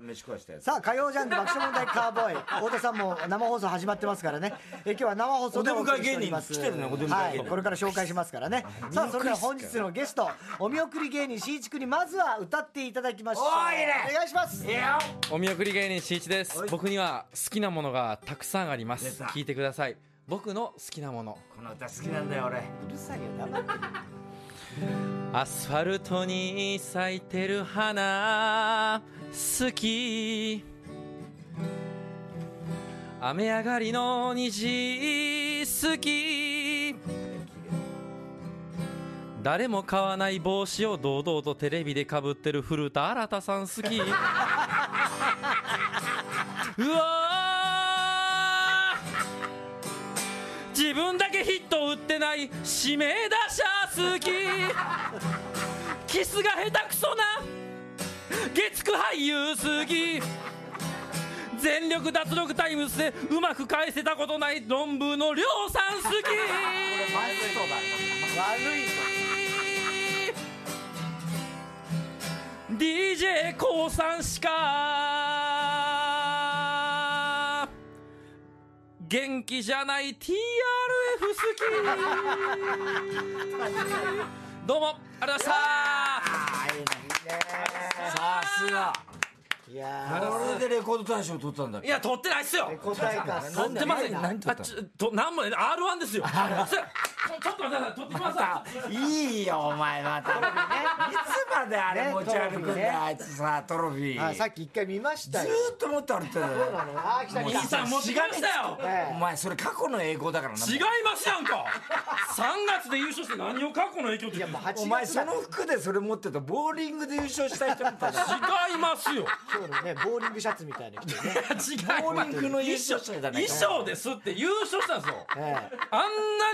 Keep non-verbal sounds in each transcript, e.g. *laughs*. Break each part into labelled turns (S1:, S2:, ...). S1: 飯食わしたやつ。
S2: さあ、火曜ジャンク爆笑問題カーボーイ。太田さんも生放送始まってますからね。えー今日は生放送でお送りしております。
S1: お出迎え芸人来てるねお出迎え芸人
S2: はい、これから紹介しますからね。さあ、それでは本日のゲスト、お見送り芸人しいちくにまずは歌っていただきましょう。
S1: おーいいね
S2: お願いします。
S3: お見送り芸人しいちです
S1: はい
S3: 僕には好きなものがたくさんありま
S1: 出
S3: す
S1: た
S3: 聞いてください僕の好きなもの
S1: この歌好きなんだよ、俺。
S2: うるさいよ、黙って
S3: アスファルトに咲いてる花好き雨上がりの虹好き誰も買わない帽子を堂々とテレビでかぶってる古田新太さん好き *laughs* うわー自分だけヒット打ってない指名打者好きキスが下手くそな月9俳優好き全力脱力タイムスでうまく返せたことない論文の量産好き
S2: 悪い
S3: d j 降参しか元気じゃない TRF 好きどうもありがとうございました
S1: さすが。
S2: いや
S1: これでレコード大賞取ったんだっ
S3: い
S1: け
S3: や取ってないっすよ
S2: ー、答えか。
S3: 取ってません
S1: 何取ったの
S3: あちょと何も R1 ですよそれちょっと待ってください取ってきますわ
S1: いいよ、お前、また。いつまであれ
S2: ね
S1: 持ち歩
S2: トロ
S1: く
S2: フ
S1: ん
S2: ィーね
S1: だよ、あいつさ、トロフィ
S2: あ、
S1: ー。ず
S2: さっき一回見ましたよ。
S1: ーっと持って歩いてたよ。
S2: あー、来た来
S3: 兄
S2: た。
S3: さん持ってきましたよ
S1: お
S2: え
S1: 前、それ過去の栄光だからな。
S3: 違いますやんか3月で優勝して何を過去の影響って
S2: えい
S3: 言
S2: や、
S3: ってん
S2: もう
S3: の
S2: 8月
S1: お前、そ
S2: だ
S1: の服でそれ持ってたボーリングで優勝した人みたいな。
S3: 違います
S1: *laughs*
S3: よ
S2: 今日のね、ボーリングシャツみたいな
S3: *laughs*
S2: 着てね。
S3: 違
S1: ボ
S3: う
S1: ーリングの優勝者じゃない
S3: 衣装ですって優勝したんですよ
S2: ええ
S3: あん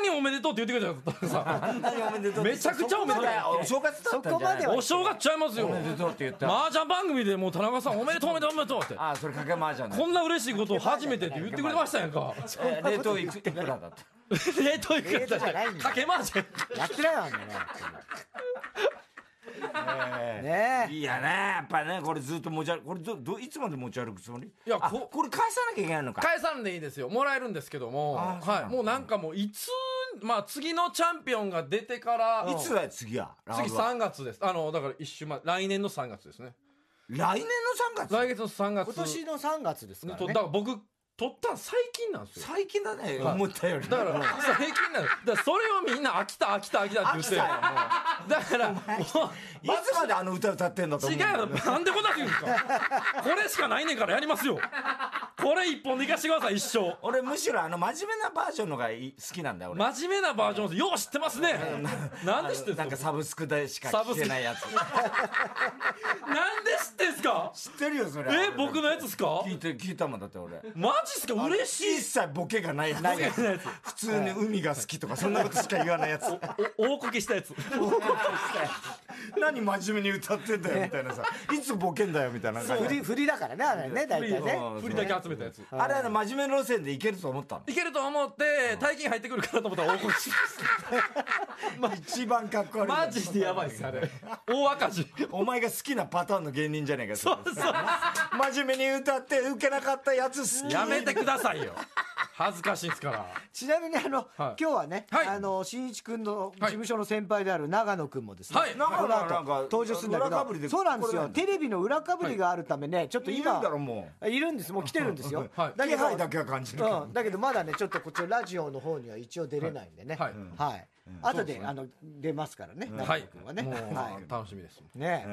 S3: なにおめでとうって言ってくれたじゃん
S1: *laughs*
S3: さん
S1: 何おめでとうって
S3: めちゃくちゃおめでとう
S1: それお正月だったんじゃ
S2: そこま
S1: ない
S2: では
S3: お正月ちゃいますよ
S1: おめでとうって言った。
S3: 麻雀番組でもう田中さんおめでとうおめでとうおめでとうって
S1: ああ、それかけまーじゃん。
S3: こんな嬉しいことを初めてって言ってくれましたやんか
S1: えー冷 *laughs* 凍いくいくらだった。
S3: *laughs* 冷凍いく
S2: 冷凍じゃないんだ
S3: かけません
S2: やってないわ、あんなのねえ。
S1: いいやね、やっぱね、これずっと持ち歩く、これど、ど、いつまで持ち歩くつもり
S3: いや
S1: あ
S3: こ
S1: これ返さなきゃいけないのか。
S3: 返さんでいいですよもらえるんですけども
S1: あそうな
S3: は
S1: の
S3: いもうなんかもういつまあ次のチャンピオンが出てから
S1: いつだよ、次は。
S3: 次
S1: ラウン
S3: 3月ですあのだから一週前来年の3月ですね
S1: ドは来年の3月
S3: 来月の3月
S2: 今年の3月ですか
S3: ね
S2: ら
S3: とだ
S2: ね
S3: か。ら僕取ったん最近なんですよ
S1: 最近だね、
S3: はい
S1: 思ったより。
S3: だから最近なんですだからそれをみんな飽きた飽きた飽きたって言ってだからもう
S1: いつまであの歌歌ってんだと思
S3: 違
S1: う
S3: うん
S1: だよ
S3: よなんでこんなこと言うんですかこれしかないねんからやりますよこれ一本でいかしてください一生
S1: 俺むしろあの真面目なバージョンのがいい好きなんだよ俺
S3: 真面目なバージョンですよう知ってますねなんで知ってん
S1: なんか
S3: すか
S1: サブスクでしか聴けないやつ
S3: なんで知ってんす
S1: *laughs*
S3: か
S1: 知ってるよそれ
S3: え僕のやつっすか
S1: 聞いて聞いたもんだって俺
S3: マジっすか嬉しい
S1: 一切ボケがないないやつ普通に海が好きとかそんなことしか言わないやつ *laughs*
S3: お大こけした *laughs* やつ
S1: 何真面目に歌ってんだよみたいなさいつボケんだよみたいな感
S2: 振
S1: じ
S2: り、振りだからね、あれね、大体ね。
S1: うん
S3: 振りだけ集めたやつ
S1: あれはね真面目路線でいけると思 *laughs* ったの
S3: いけると思って大金入ってくるかなと思ったら大こけし
S1: 一番かっこ悪い
S3: *laughs* マジでやばいっすあれ大赤字
S1: お前が好きなパターンの芸人じゃねえか
S3: そうそう
S1: 真面目に歌って受けなかったやつ好き
S3: *laughs* やめてくださいよ恥ずかしいんすから
S2: ちなみに、あの、今
S3: はい
S2: 日はね、
S3: はい
S2: あの、新一君の事務所の先輩である長野君もですね、
S3: はい
S2: この
S1: 長野
S2: 後
S1: なんか
S2: 登場するんだけ
S1: 裏かぶりで
S2: ど、そうなんです
S1: これな
S2: よ。
S1: んだ
S2: テレビの裏かぶりがあるためね、ちょっと
S1: いる
S2: 今
S1: んだ、ろも
S2: いるんです、もう来てるんですよ。
S3: はい
S1: だ
S2: け
S1: 気
S2: ど
S1: 配だけは感じるけど
S2: うん、だけどまだねちょっとこっちのラジオの方には一応出れないんでね
S3: はい
S2: はい後であの出ますからね
S3: は
S2: 長野
S3: い
S2: 君はね
S3: もう、
S2: は
S3: 楽しみです
S2: いね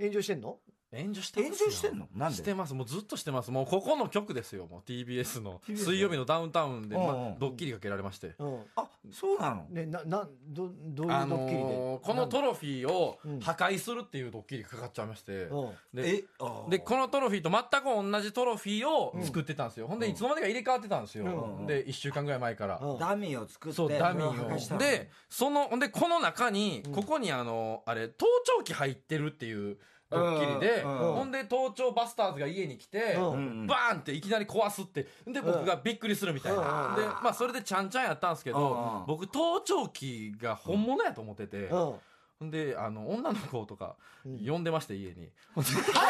S1: え
S2: 炎上してんの
S3: 炎上して
S1: え
S3: ます
S1: 炎
S3: よ
S1: 上してんのなん
S3: して
S1: で
S3: ますもうずっとしてますもうここの局ですよもう TBS の水曜日のダウンタウンで、
S1: うんうん
S3: まあ、ドッキリかけられまして、
S2: うん
S1: あそうなの
S2: ねななんどどういうド
S3: あ
S2: ッキリ
S3: のー
S2: で
S3: このトロフィーを
S2: うん
S3: 破壊するっていうドッキリかかっちゃいまして、
S2: うん
S3: で
S1: あー
S3: でこのトロフィーと全く同じトロフィーを作ってたんですよ、ほんでいつの間にか入れ替わってたんですよ、
S2: うん
S3: で1週間ぐらい前から、
S2: うん
S1: ダミーを作って
S3: そうダミ
S1: それを破壊した
S3: ーを
S1: の
S3: でそのほんでこの中にここにあのあれ盗聴器入ってるっていうドッキリで、
S1: うんうん
S3: ほんで盗聴バスターズが家に来て、
S2: うん
S3: バーンっていきなり壊すってで僕がびっくりするみたいな、
S2: うん
S3: でまあそれでちゃんちゃんやったんですけど、
S1: うんうん
S3: 僕盗聴器が本物やと思ってて、
S2: うん
S3: ほんであの女の子とか呼んでまして家に、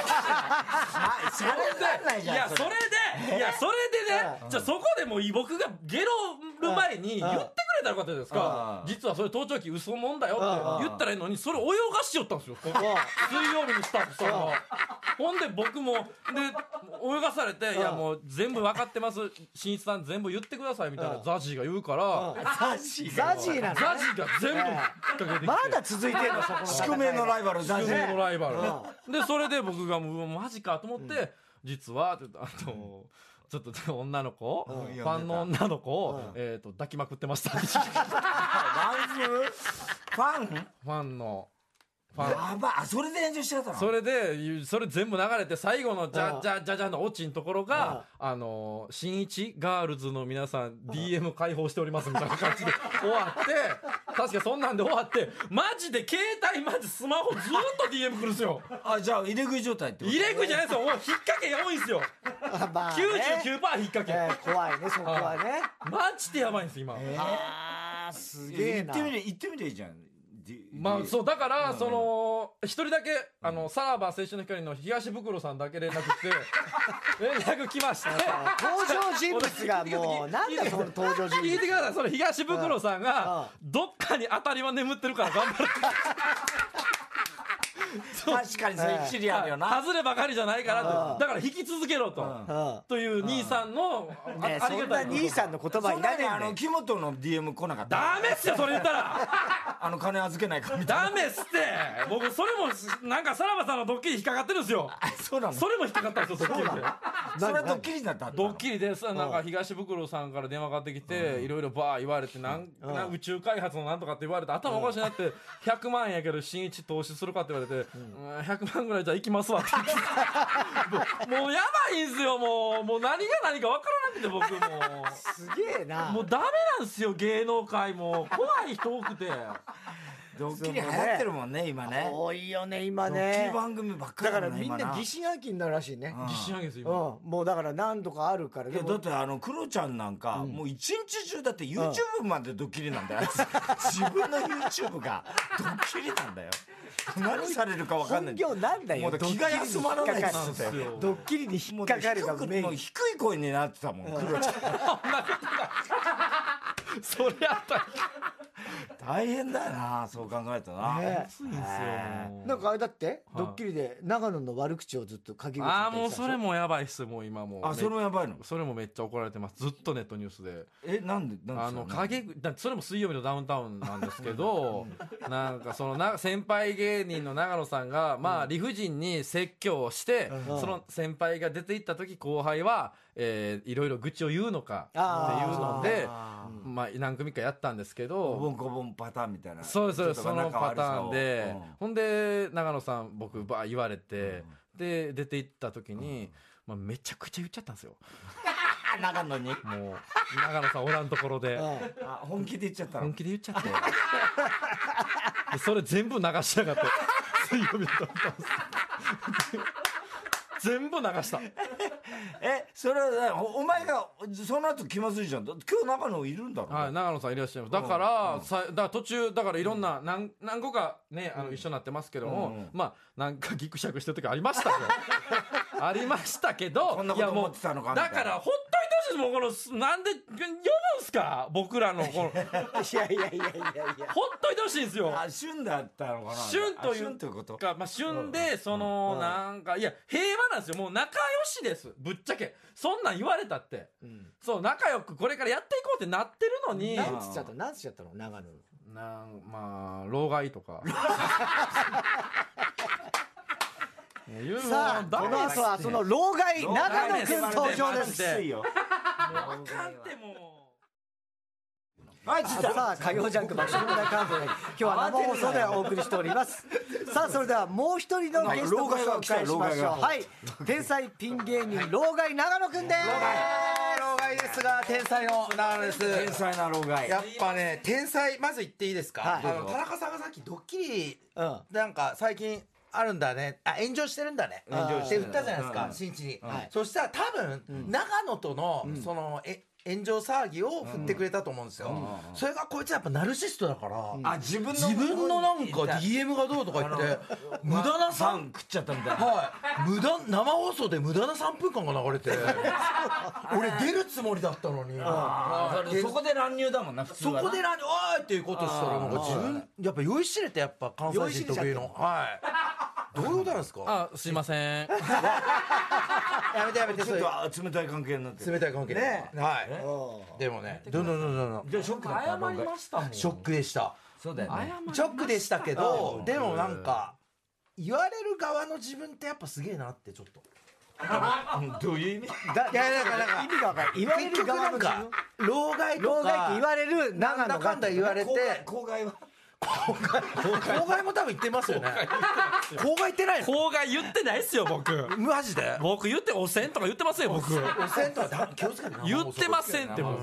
S2: それなんない
S3: い
S2: じゃん
S3: やそれでいやそれでねじゃあそこでもう僕がゲロる前に言ってくれたらよかったじゃないですか
S1: うん
S3: 実はそれ盗聴器嘘もんだよって言ったらいいのにそれ泳がしよったんですよ水曜日にスタッフさんがほんで僕もで泳がされて「いやもう全部分かってますしんいちさん全部言ってください」みたいな
S2: うん
S3: ザジーが言うから
S2: ザジーザジーな
S3: ザ
S2: の
S3: ジーが全部引っ掛けてきて
S2: まだ続いてるのそこの戦い
S1: 宿命のライバルザジ
S3: 宿命の
S1: ー
S3: ライバルでそれで僕がもうマジかと思って、実はって言ったあのちょっと女の子を、
S1: うん
S3: ファンの女の子を、
S2: うん
S3: えー、と抱きまくってました *laughs* フ
S1: ファン
S3: ァンのファン
S1: やばいあそれで炎上しちゃったの
S3: それでそれ全部流れて最後のジャジャジャジャのオチのところがあの新一ガールズの皆さん DM 開放しておりますみたいな感じで *laughs* 終わって確かそんなんで終わってマジで携帯マジスマホずっと DM 来るんですよ
S1: あじゃあ入れ食い状態ってこと
S3: 入れ食いじゃないですよもう引っ掛けが多いんですよ
S2: あまあね
S3: 99%引っ掛け、
S2: えー怖いねそこはね
S3: マジでやばいんです今、
S2: あーすげえ
S1: 行
S2: な
S1: ってみれ行ってみれいいじゃんで
S3: まあそうだから、
S1: うん
S3: その一人だけあのさらば青春の光の東袋さんだけ連絡来
S2: *laughs*
S3: て連絡来まして
S2: 登場人物がもうなんだその登場人
S3: 聞い
S2: 物
S3: てくださいその東袋さんがどっかに当たりは眠ってるから頑張る
S1: 確かにそれ一理あるよな
S3: 外ればかりじゃないから
S2: う
S3: と
S2: ん
S3: だから引き続けろと、
S1: うん
S2: うん
S3: という兄さんのあ,、
S2: ねえ
S3: あ
S2: そ
S3: りが
S2: ん
S3: た
S2: ない兄さんの言葉
S1: そ
S2: い
S1: んな
S2: ら
S1: に
S2: ねえ
S1: あ
S2: んだ
S1: の
S2: よ
S1: 木本の DM 来なかった
S3: ダメっすよそれ言ったら
S1: あの金預けないからみたい
S3: ダメっすって僕それもなんかさらばさんのドッキリ引っかかってるんですよ
S1: なそうなの
S3: それも引っかかったんですよドッキリで
S1: それはドッキリだったの
S3: ドッキリでさなんか東袋さんから電話かかってきていろいろバー言われてなんな宇宙開発のなんとかって言われて頭おかしになって100万円やけど新一投資するかって言われてうん100万ぐらいじゃ行きますわって言ってもうもうやばいんすよもうもう何が何か分からなくて僕もう。
S2: *laughs* すげえな
S3: もうダメなんですよ芸能界も怖い人多くて
S1: ドッキリ流行ってるもんね今ね
S2: 多いよね今
S1: ドッキ
S2: ね
S1: リ番組ばっか
S2: だ
S1: り
S2: から
S1: もんね
S2: みん
S1: 今
S2: な疑心暗鬼になるらしいね
S1: うん
S3: 自信あげです
S2: うん
S3: よ
S2: もうだから何とかあるから
S1: い
S2: で
S1: やだっ
S2: も
S1: てあのクロちゃんなんか、もう一日中だって YouTube までドッキリなんだよ、自分の YouTube がドッキリなんだよ何されるか分かんな
S2: 本
S1: い
S2: 業なんだ
S1: も
S2: よ
S1: うだから気が休まらないっ
S2: ド
S1: つ
S2: ッキリに引っかかる
S3: なん
S2: ドッキリに引っかからるが
S1: ってもうだか低
S3: ですよ
S1: く
S2: メイ
S1: もう
S2: ン
S1: 低い声になってたもん、クロちゃん
S3: そりゃ大
S1: 大変だよなそう考えたら、
S2: ね
S3: きついんですよもう
S2: なんかあれだってドッキリで長野の悪口をずっと書き口に
S3: ああ
S2: 書
S3: も
S2: いうて
S3: それもやばいっすもう今もう
S1: あそれもやばいの
S3: それもめっちゃ怒られてますずっとネットニュースで
S1: えなんでなんで
S3: あの影だそれも水曜日のダウンタウンなんですけどなんかそのな先輩芸人の長野さんがまあ理不尽に説教をして
S2: うん
S3: その先輩が出て行った時後輩はえーいろいろ愚痴を言うのか
S2: あー
S3: っていうので
S1: あー
S3: まあ何組かやったんですけ
S1: おぼ
S3: ど
S1: んこぼんパターンみたいな
S3: そうですそうです
S1: ちょ
S3: そ
S1: っと
S3: の
S1: 仲
S3: パ
S1: 悪
S3: タ
S1: さを
S3: ーンで、
S1: うん
S3: ほんで長野さん僕ばー言われて、で出て行った時に、まあ、めちゃくちゃ言っちゃったんですよ
S1: あ長野に
S3: もう長野さんおらんところ
S1: *laughs*
S3: で
S2: うん
S1: あ本気で言っちゃった
S3: 本
S1: の
S3: 気で言っちゃってでそれ全部流しやがって水曜日だったんです全部流した
S1: えそれはおお前がその後気まずいじゃんだって今日長野いるんだろ
S3: はい、長野さんいらっしゃいます。だから、さだから途中、だからいろんな、何、何個かね、あの、一緒になってますけども、
S1: うんうん
S3: まあ、なんかギクシャクしてる時ありましたよ。
S1: *laughs*
S3: ありましたけど、
S1: こんなこと
S3: いやもう
S1: 思ってたのかみたい
S3: だ
S1: な
S3: から、ほっといてほしいです。もうこのす、なんで、呼ぶんすか僕らの、こ
S1: *laughs*
S3: の、ほっ
S2: いやいやいやいやいや
S3: といてほしいんですよ。
S1: あ旬だったのかな
S3: 旬という
S1: あ旬ということ
S3: か、まあ、旬で、その、
S2: うん
S3: なんか、いや、平和なんですよ。もう仲良しです。ぶっちゃけ。そんなん言われたって。そう、仲良くこれからやっていこうってなってるのに、
S2: 何つっちゃった何つっちゃったの長野の
S3: なんまあ老害と
S2: *laughs*
S3: かね言うの
S2: さあ
S3: ダ
S2: こ
S3: メ
S2: の
S3: です
S2: 後はその老害長野くん登場で
S1: き
S2: す
S1: ついよ
S3: あかんっても
S1: マジだ
S2: さあ火曜ジャンク爆笑問題カンフェ今日は生放送でお送りしておりますさあそれではもう一人のゲストをご紹介しましょうはい天才ピン芸人老害長野くんです
S4: 老害ですが天才の長野です
S1: 天才な老害
S4: やっぱね天才まず言っていいですか、
S2: はい
S4: あの田中さんがさっきドッキリ
S2: うん
S4: なんか最近あるんだねあ炎上してるんだね
S2: 炎上してて
S4: る
S2: る
S4: って言ったじゃないです
S1: う
S4: か
S1: ん
S4: 新地に、
S2: はい
S4: そしたら多分、長野との、そのえ炎上騒ぎを振ってくれたと思うんですよ。それがこいつはやっぱナルシストだから、
S1: あ、自分の。
S4: 自分のなんか DM がどうとか言って、無駄な
S1: パ
S4: さ
S1: ン食っちゃったみたいな。
S4: はい、無駄生放送で無駄な3分間が流れて俺出るつもりだったのに
S1: あ
S4: はい
S1: ーそこで乱入だもんな、普通
S4: そ
S1: はな。
S4: こで何「おい!」っていうことしたらなんか自分やっぱ酔いしれてやっぱ関西人特有のはいどういうことなんですか
S3: あすいません
S4: やめてやめて
S1: ち
S4: そ
S1: ょっ
S4: ういう
S1: とあ冷たい関係になってる。
S4: 冷たい関係
S1: ね
S4: はいでもねどんどんどんどんどん
S1: じゃあショックだった
S3: 謝りましたもん
S4: ショックでした
S1: そうだよね。
S4: ショックでしたけどでもなんか言われる側の自分ってやっぱすげえなってちょっと
S1: *laughs* どういう意味
S2: だ
S4: いやなんかなんか
S2: 意味がわかんない言われ
S4: 結
S2: る
S4: 局
S2: 側の
S4: なん
S2: 自
S4: か老害
S2: 分
S4: と
S2: 老害って
S4: か
S2: 言われる長
S4: なんだ
S2: 野が
S4: かんだ言われて
S1: 公害公害は。
S4: 公害も多分言ってますよね公害言ってないの
S3: 公害言ってないっすよ僕
S4: マジで
S3: 僕言っておせんとか言ってませんよ僕
S4: 汚染とはだ気をつけてな
S3: 言ってませんって僕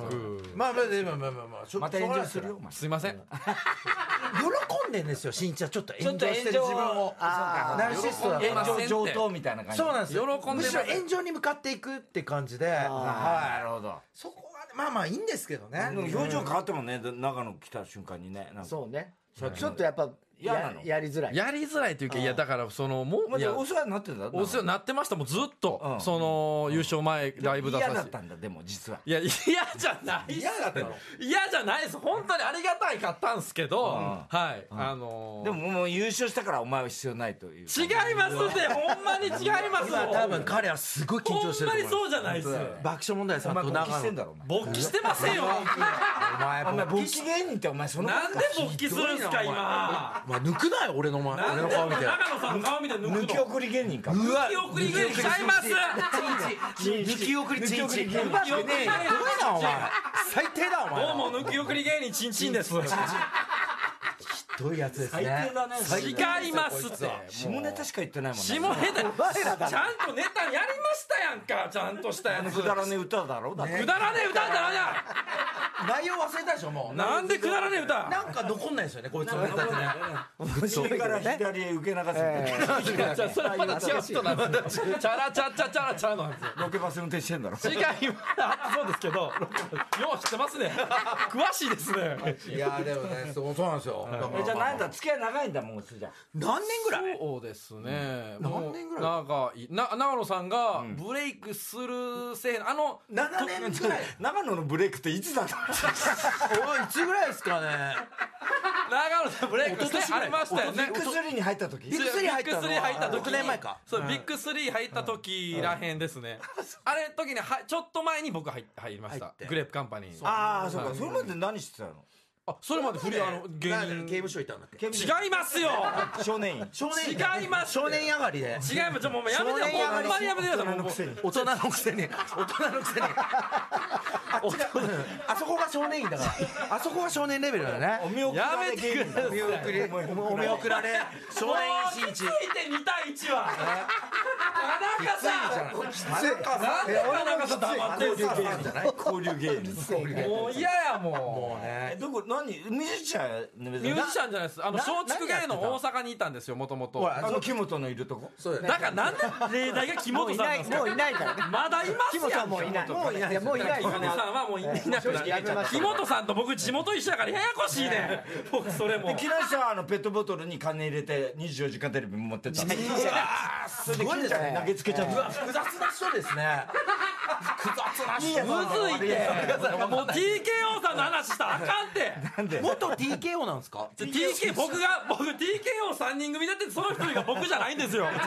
S4: まあまあでもまあまあまあしょ
S1: また炎上する
S4: しょ
S1: よ
S4: う、
S1: お前。
S3: すいません
S4: がないですよ喜んでんですよ新一はちょっと
S1: ちょっ
S4: 炎
S1: と
S4: 上してる自分
S1: 炎上
S4: を
S2: あー
S4: ナルシストだか
S3: ま
S4: ら
S3: せん
S1: 炎
S3: って
S1: 上上等みたいな感じ。
S4: そうなんですよ
S3: 喜んでま
S4: む
S3: せ
S4: し
S3: ん
S4: ろ炎上に向かっていくって感じで
S1: あーな
S4: は
S1: るほど。
S4: いそこはねまあまあいいんですけどね
S1: でも表情変わったもんね、長野来た瞬間にね。なんか
S2: そうねちょっとやっぱ
S1: 嫌なの
S2: ややりづらい
S3: やりづらいというかいやだからそのも
S1: まあ
S3: うい
S1: で
S3: や
S1: もお世話になってた
S3: お世話になってましたもうずっとその優勝前ライブ出
S1: 嫌
S3: さ
S1: だ
S3: せ
S1: ってたんだ、でも実は。
S3: いや嫌じゃないっす
S4: 嫌だったの
S3: 嫌じゃないです本当にありがたいかったんですけど
S1: ん
S3: はいあのー
S1: でももう優勝したからお前は必要ないという。
S3: 違いますってほんまに違います
S4: 今多分彼はすごい緊
S3: ほん
S4: 張してる
S3: まに
S4: と思います
S3: そうじゃないっすよ
S4: 爆笑問題さ
S1: お
S4: ん
S1: 前
S4: と
S1: 勃
S4: 長
S1: 起してん
S4: 野
S1: だろ、お前。
S3: 勃起してませんよ
S4: お
S1: お前
S4: 前
S1: 勃起芸人ってお前その
S3: なんで勃起するんすか今
S4: まあ抜くなよ俺の前
S3: な
S4: 俺
S3: ん
S4: の
S3: で
S4: 顔見て
S3: 長野さんの顔見て抜くの
S1: 抜き送り芸人か。
S4: うわ
S3: 抜き送り芸人ちゃいます
S4: 抜き送りチンチ
S1: 抜き送りチ
S4: ン抜
S1: ンチン
S4: き送りねえどうなお前最低だお前
S3: どうも抜き送り芸人ちんちんです違
S4: ひどいやつですね
S1: 最低だね
S3: いますって
S1: 下ネタしか言ってないもんね。
S3: 下ネタ
S2: お前らだ
S3: ちゃんとネタやりましたやんかちゃんとしたや
S1: あの
S3: つ
S1: くだらねえ歌だろだって
S3: くだらねえ歌だな
S4: 内容忘れたでしょもう
S3: なんでくだらねえ歌
S4: *laughs* なんか残んないですよねこいつのネタってね
S1: 右から左へ受け流すみたいな
S3: じゃあそれはまた違う人なんですよチャラチャチャチャラチャの
S1: ロケバス運転してんだろ
S3: 違いますそうですけどよう知ってますね詳しいですね
S4: いやでもねそうそうなんですよ
S1: えじゃあ何だ付き合い長いんだもうすじゃ
S4: 何年ぐらい
S3: そうですね。もう
S4: 何年ぐらい
S3: なんかいな長野さんがブレイクするせいあの
S4: 7年ぐらい
S1: 長野のブレイクっていつだった *laughs*
S4: おいいつぐらいですかね
S3: 長野さんブレイクしてありましたよね。
S1: ビッグスリーに入った時
S4: ビッグスリー入った
S3: ビッ
S4: の
S3: グスリー入った時に
S4: 6年前か
S3: そうビッグスリー入った時らへんですね。あれ時にはちょっと前に僕入入りまし
S4: 入
S3: た
S4: って。
S3: グレープカンパニー。
S1: ああそうかそれまで何してたの
S3: あそれまでフリーあの芸
S4: なん
S3: 人
S4: で刑務所いたんだっけ
S1: 刑務所
S3: 違いますよ。
S1: 少年院
S4: 少年
S3: 違います
S4: 少年上がりで
S3: 違いますちょもうやめて
S4: 少年
S3: よ
S4: や
S3: ほ
S4: が
S3: ん
S4: り
S3: まにやめてください。
S1: 大人
S3: も
S1: のく
S3: う
S1: せに
S4: 大人のくせに大人のくせにあっちがあそこが少年院だからあそこが少年レベルだよね
S1: お見送
S3: や
S1: ら
S3: め
S1: れ
S3: て
S1: 芸
S3: く
S1: 人
S3: ださ
S1: だ
S3: い。
S1: お見送り
S4: お見送られ少年
S3: も
S4: 院
S3: うき
S4: 新
S3: つ
S4: 一
S3: いって2対1は。田中さん。なんで田中さん黙ってんすか。
S1: 交流芸人
S3: もう嫌やもう。
S4: もう
S1: え
S4: ね
S1: どこ何ミュージシャンの
S3: ミュージシャンじゃないです。あの、
S4: な
S3: 松竹芸能
S4: 何や
S3: 大阪にいたんですよ、もともと。
S4: ほ
S3: だ
S4: ら
S1: あの木本のいるとこ
S4: そうだよね
S3: からなんで例題が木
S2: もう
S3: 本
S2: い
S3: さん
S2: な
S3: なん
S2: い
S3: です
S2: も
S3: か
S2: ういないからね
S3: まだいます
S2: 木
S3: やん
S2: 本はもういないもういないやもういない
S3: 木本さんはもういなくなっ
S2: 正直やめまし
S3: た木
S2: ょう
S3: 本さんと僕地元一緒だからややこしいねん僕それも
S1: 木梨はあのペットボトルに金入れて24時間テレビ持ってったそれで金ちゃんに投げつけちゃった
S4: 複雑な人ですね複雑な人
S3: むずいってもう TKO さんの話したらあかんって
S4: 元 TKO なんですか
S3: じゃ TK 僕が僕 TKO3 人組だってその一人が僕じゃないんですよ違い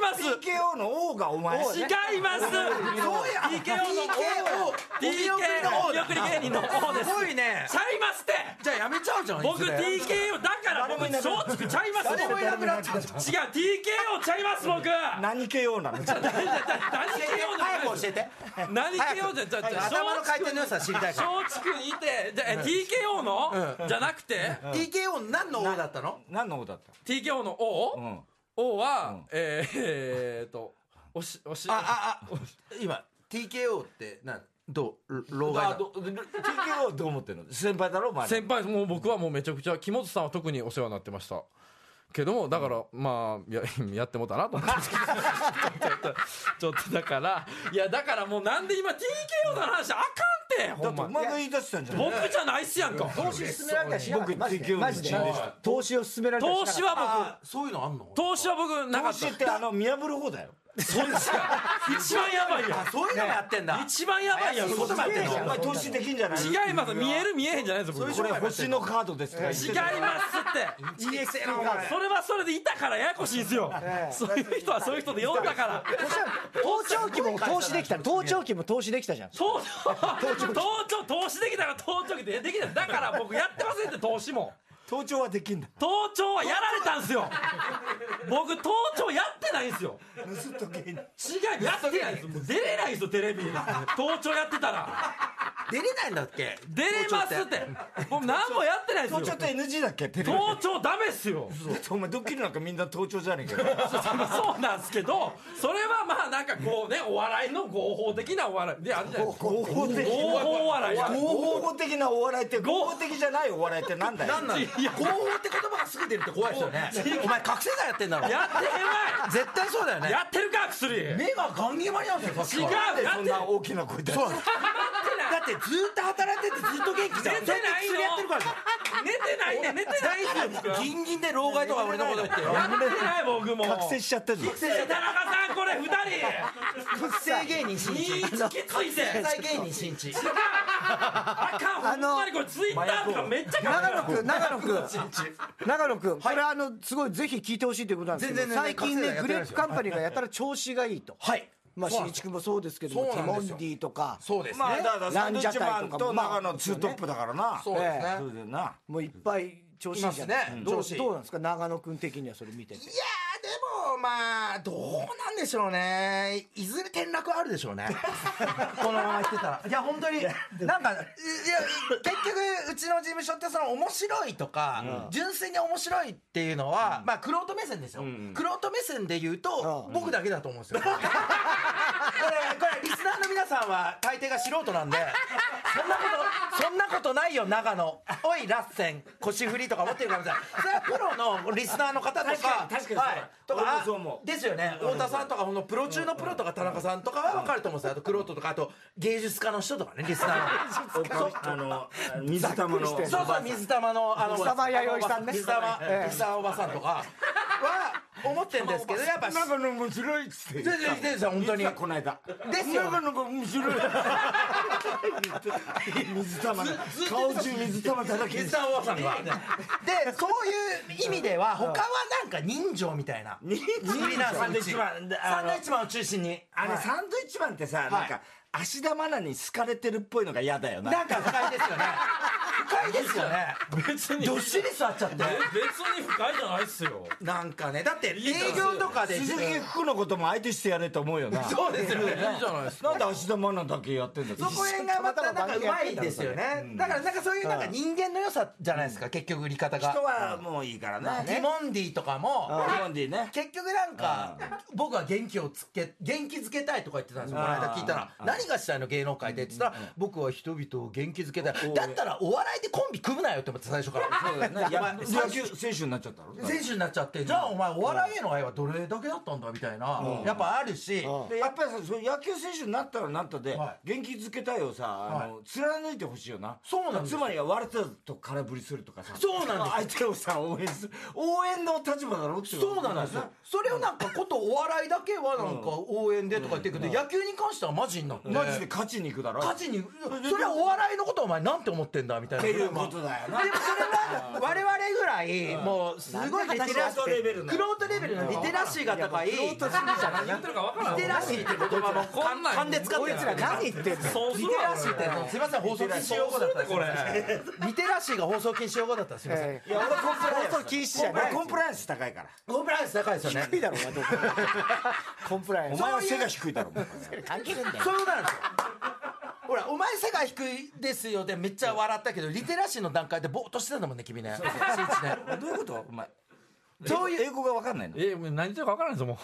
S3: ます
S1: TKO の王がお前
S3: 違います TKO の
S4: TKO
S3: 王 TK お見送り芸人の王です
S4: すごいね
S3: ちゃいますって
S4: じゃあやめちゃうじゃん
S3: 僕
S4: いずれ
S3: TKO だから僕松竹ちゃいます
S4: 誰もいなくなっちゃうじゃん
S3: 違う TKO ちゃいます僕
S1: 何 KO なの
S3: 何 KO じゃ
S4: 早く教えて
S3: ない何 KO じゃじゃじゃ
S4: 頭の
S3: 松
S4: 回転の良さ知りたいから
S3: 松竹にいてじゃえ TKO のじゃなくて
S4: TKO 何の王だったの
S1: 何の王だっ
S3: TKO の
S1: たう
S3: 王
S1: ん
S3: 王はえーえーっとおしおし
S4: あああ今 TKO って何どう老害
S1: あ
S4: なの
S1: ど TKO どう思ってんの先輩だろお前
S3: 先輩もう僕はもうめちゃくちゃ木本さんは特にお世話になってましたけどもだから、まあや *laughs* やってもうたなと思って *laughs* ちょっとちょっとだからいやだからもうなんで今 TKO の話あかんでほん
S1: お
S3: ま
S1: 前が言い出してたんじゃない
S3: 僕じゃないっすやんか
S2: 投資進められたりしなかった
S1: 僕追求
S2: マジで
S1: 無人で
S4: した
S2: 投資を進められたりしなか
S3: 投
S2: った
S3: 資は
S4: そういうのあんの
S3: 僕投資は僕な
S1: 投
S3: かっ
S1: 資
S3: た
S1: ってあの見破る方だよ
S3: そっちが一番やばいや
S4: あそういうのもやってんだ
S3: ん一番やばいやん
S4: 怪しい
S3: そ
S4: こ
S3: んな
S4: と
S3: の
S4: も
S3: や
S4: や
S3: っんの
S4: っててんの
S1: お前投資できんじゃない
S3: 違います見える見えへんじゃないですよ僕
S1: これ星のカードですとか
S3: 違
S1: 言
S3: い
S1: って
S3: ますっ
S1: *laughs*
S3: て
S4: いい癖なお前
S3: それはそれでいたからややこしいんですよ
S2: ええ
S3: そういう人はそういう人で呼んだから
S2: 盗聴器も投資できた盗聴器も投資できたじゃん
S3: 盗聴盗聴投資できたら盗聴器でできただから僕やってませんって投資も
S1: 盗聴はできんだ
S3: 盗聴はやられたんですよ僕盗聴やってないんですよ
S1: 盗っとけ
S3: 違うやってないんですよもう出れないんですよテレビに盗聴やってたら
S4: 出れないんだっけ
S3: 出れますってもう何もやってない
S1: 盗
S3: です
S1: 聴っ
S3: よ
S1: て NG だっけテレビ
S3: 盗聴ダメっすよ
S1: だってお前ドッキリなんかみんな盗聴じゃねえかよ
S3: そうなんですけどそれはまあなんかこうねお笑いの合法的なお笑いであるじゃないですか
S1: 合法的
S3: 合法お笑い
S1: 合法的なお笑いって合法的じゃないお笑いってなんだよ
S4: なんなん
S3: いや
S4: 合法って言葉が過ぎてるって怖いですよねお前覚醒剤やってんだろ
S3: やってへんわ
S4: 絶対そうだよ
S3: い
S4: ね
S3: やってるか薬違う
S4: 目がガンギマにあるんですよさっきから
S3: やっ
S1: で
S3: てな
S1: そ
S3: い
S1: んな大きな声出して
S4: そうなんですだってずーっと働いててずっと元気じゃん
S3: 寝てないよ
S4: それやってるからさ
S3: 寝てないね寝てないですよ僕は
S4: ギンギンで老害とか俺のこと言ってよ
S3: やってない僕も
S1: 覚醒しちゃってんの
S3: 田中さんこれ二
S4: 不正芸人新
S3: 人
S4: 一
S3: につきついて
S4: 不正芸人新一
S3: あかんほんまにこれツイッターとかめっちゃ書くから
S2: 長野くん長野くん長野くんこれあのすごいぜひ聞いてほしいということなんですけど
S4: 全然
S2: 最
S4: 全
S2: 近ね
S4: 然覚醒剤やっ
S2: グ
S4: て
S2: レ
S4: な
S2: ー
S4: いです
S2: プ
S4: よ
S2: カンパニーがやたら調子がいいと
S4: はい
S2: まあ
S4: そう
S2: し
S4: なんで
S2: んい
S4: す
S2: ちくんもそうですけども
S4: そう
S2: ティ
S4: なん
S2: モ
S4: で
S2: ン
S4: す
S2: デ
S4: よ
S2: ィとか
S4: そうですね
S1: まあだからサ
S2: ラ
S1: ン
S2: ン
S1: ドウ
S2: ジ
S1: ィ
S2: ャ
S1: ッチ
S2: タ
S1: マ
S2: イと
S1: ン
S2: か
S1: と
S2: もまあ
S1: 長野ツートップだからな
S4: そうですね
S1: そうだよな
S2: もういっぱい調子いいじゃない
S4: いますね
S2: どう
S4: 調子いい
S2: どうなんですか長野くん的にはそれ見てて
S4: いやーでもまあどうなんでしょうねいずれ転落あるでしょうね *laughs* このまま来てたらいや本当 *laughs* になんかいや結局うちの事務所ってその面白いとか、純粋に面白いっていうのは、まあ玄人目線ですよ、玄人目線で言うと、
S2: うん
S4: 僕だけだと思うん *laughs* ですよこれこれリスナーの皆さんは大抵が素人なんでそんなことそんなことないよ長野おいラッセン腰振りとか思ってるかもしれないそれはプロのリスナーの方とか
S1: 確かに確かにそう
S4: はい、と
S1: 俺
S4: か
S1: もそう思う
S4: あですよね太田さんとかこのプロ中のプロとか田中さんとかは分かると思うんですよあとクロートとかあと芸術家の人とかねリスナーの
S1: そうあの水玉の
S2: ざっくりして
S4: そうそう水玉のあの
S2: 水玉弥生さんね
S4: 水玉
S2: ええ
S4: 水玉おばさんとかは思ってるんですけどやっぱ
S1: 長野面白いっつって
S4: 全然全然本当に
S1: 実はこの間
S4: ですよ
S1: 長野が面白い水玉だ顔中水玉だらけ
S4: 水玉おばさんがでそういう意味では他はなんか人情みたいな
S1: 人
S4: 売りなんですようち
S1: サンドイッチマンであの
S4: サンドイッチマンを中心に
S1: あれ
S4: はい
S1: サンドイッチマンってさなんか芦田愛菜に好かれてるっぽいのが嫌だよな
S4: なんか不快 *laughs* ですよね不快ですよね
S3: 別に
S4: どっしり座っちゃって
S3: え別に深いじゃないっすよ
S4: なんかねだって営業とかで
S1: 鈴木福のことも相手してやれと思うよな
S4: そうですよね
S3: じゃないです
S1: なんで芦田愛菜だけやってんだ
S4: そこへんがまたなんかうまいですよねだからなんかそういうなんか人間の良さじゃないですか結局売り方
S1: 人
S4: が
S1: はもういいからね
S4: ティモンディとかも
S1: ティモンディね
S4: 結局なんか僕は元気をつけ元気づけたいとか言ってたんですよこの間聞いたら何がしたいの芸能界でって言ったら僕は人々を元気づけたいだったらお笑いでコンビ組むなよって思って最初から
S1: そうだ
S4: *laughs*
S1: よね
S4: お前
S1: 野球野球選手になっちゃったろ
S4: 選手になっちゃってじゃあお前お笑いへの愛はどれだけだったんだみたいなやっぱあるし
S1: でやっぱりさその野球選手になったらなったで、
S4: は
S1: 元気づけたいをさあの、貫いてほしいよな
S4: そうなんです
S1: つまりは割れたと空振りするとかさ
S4: そうなんです
S1: 相手をさ応援する応援の立場だろってい
S4: そうなんですよそれをなんかことお笑いだけはなんか応援でとか言ってるけど野球に関してはマジになって
S1: マジで勝ちに行くだろ
S4: 勝ちにそれはお笑いのことお前なんて思ってんだみたいな
S1: っていうことだよな
S4: でもそれは我々ぐらいもうすごいリテラシ
S1: なんで話し合ってんの
S4: ーレベルのクロートレベルのリテラシーが高いリ
S2: とすぎじゃない
S3: 言ってるか分からん
S4: テラシーって言葉も
S3: こんなん
S4: 勘で使って
S2: こ
S4: る
S2: いつら何言ってんの
S3: そうす
S4: リ
S3: る
S4: テ
S3: わ
S4: ラシーってすいません放送禁止用語だった
S3: これ
S4: リテラシーが放送禁止用語だったらすいません、
S2: え
S1: いや俺コンプライアンス
S2: 放送禁止じゃない
S1: 俺コンプライアンス高いから
S4: コンプライアンス高いですよね
S2: ー、低いだろうなどう考えてもコンプライアン
S1: お
S2: ス
S1: 前は背が低いだろお前
S2: 関係ねえんだよ
S4: そういうことなんですよ。ほら、お前背が低いですよでめっちゃ笑ったけど、リテラシーの段階でぼーっとしてたんだもんね、君ね。そうね。
S1: どういうことお前そういう英語が分かんないの
S3: えもう何言ってるか分からないですよも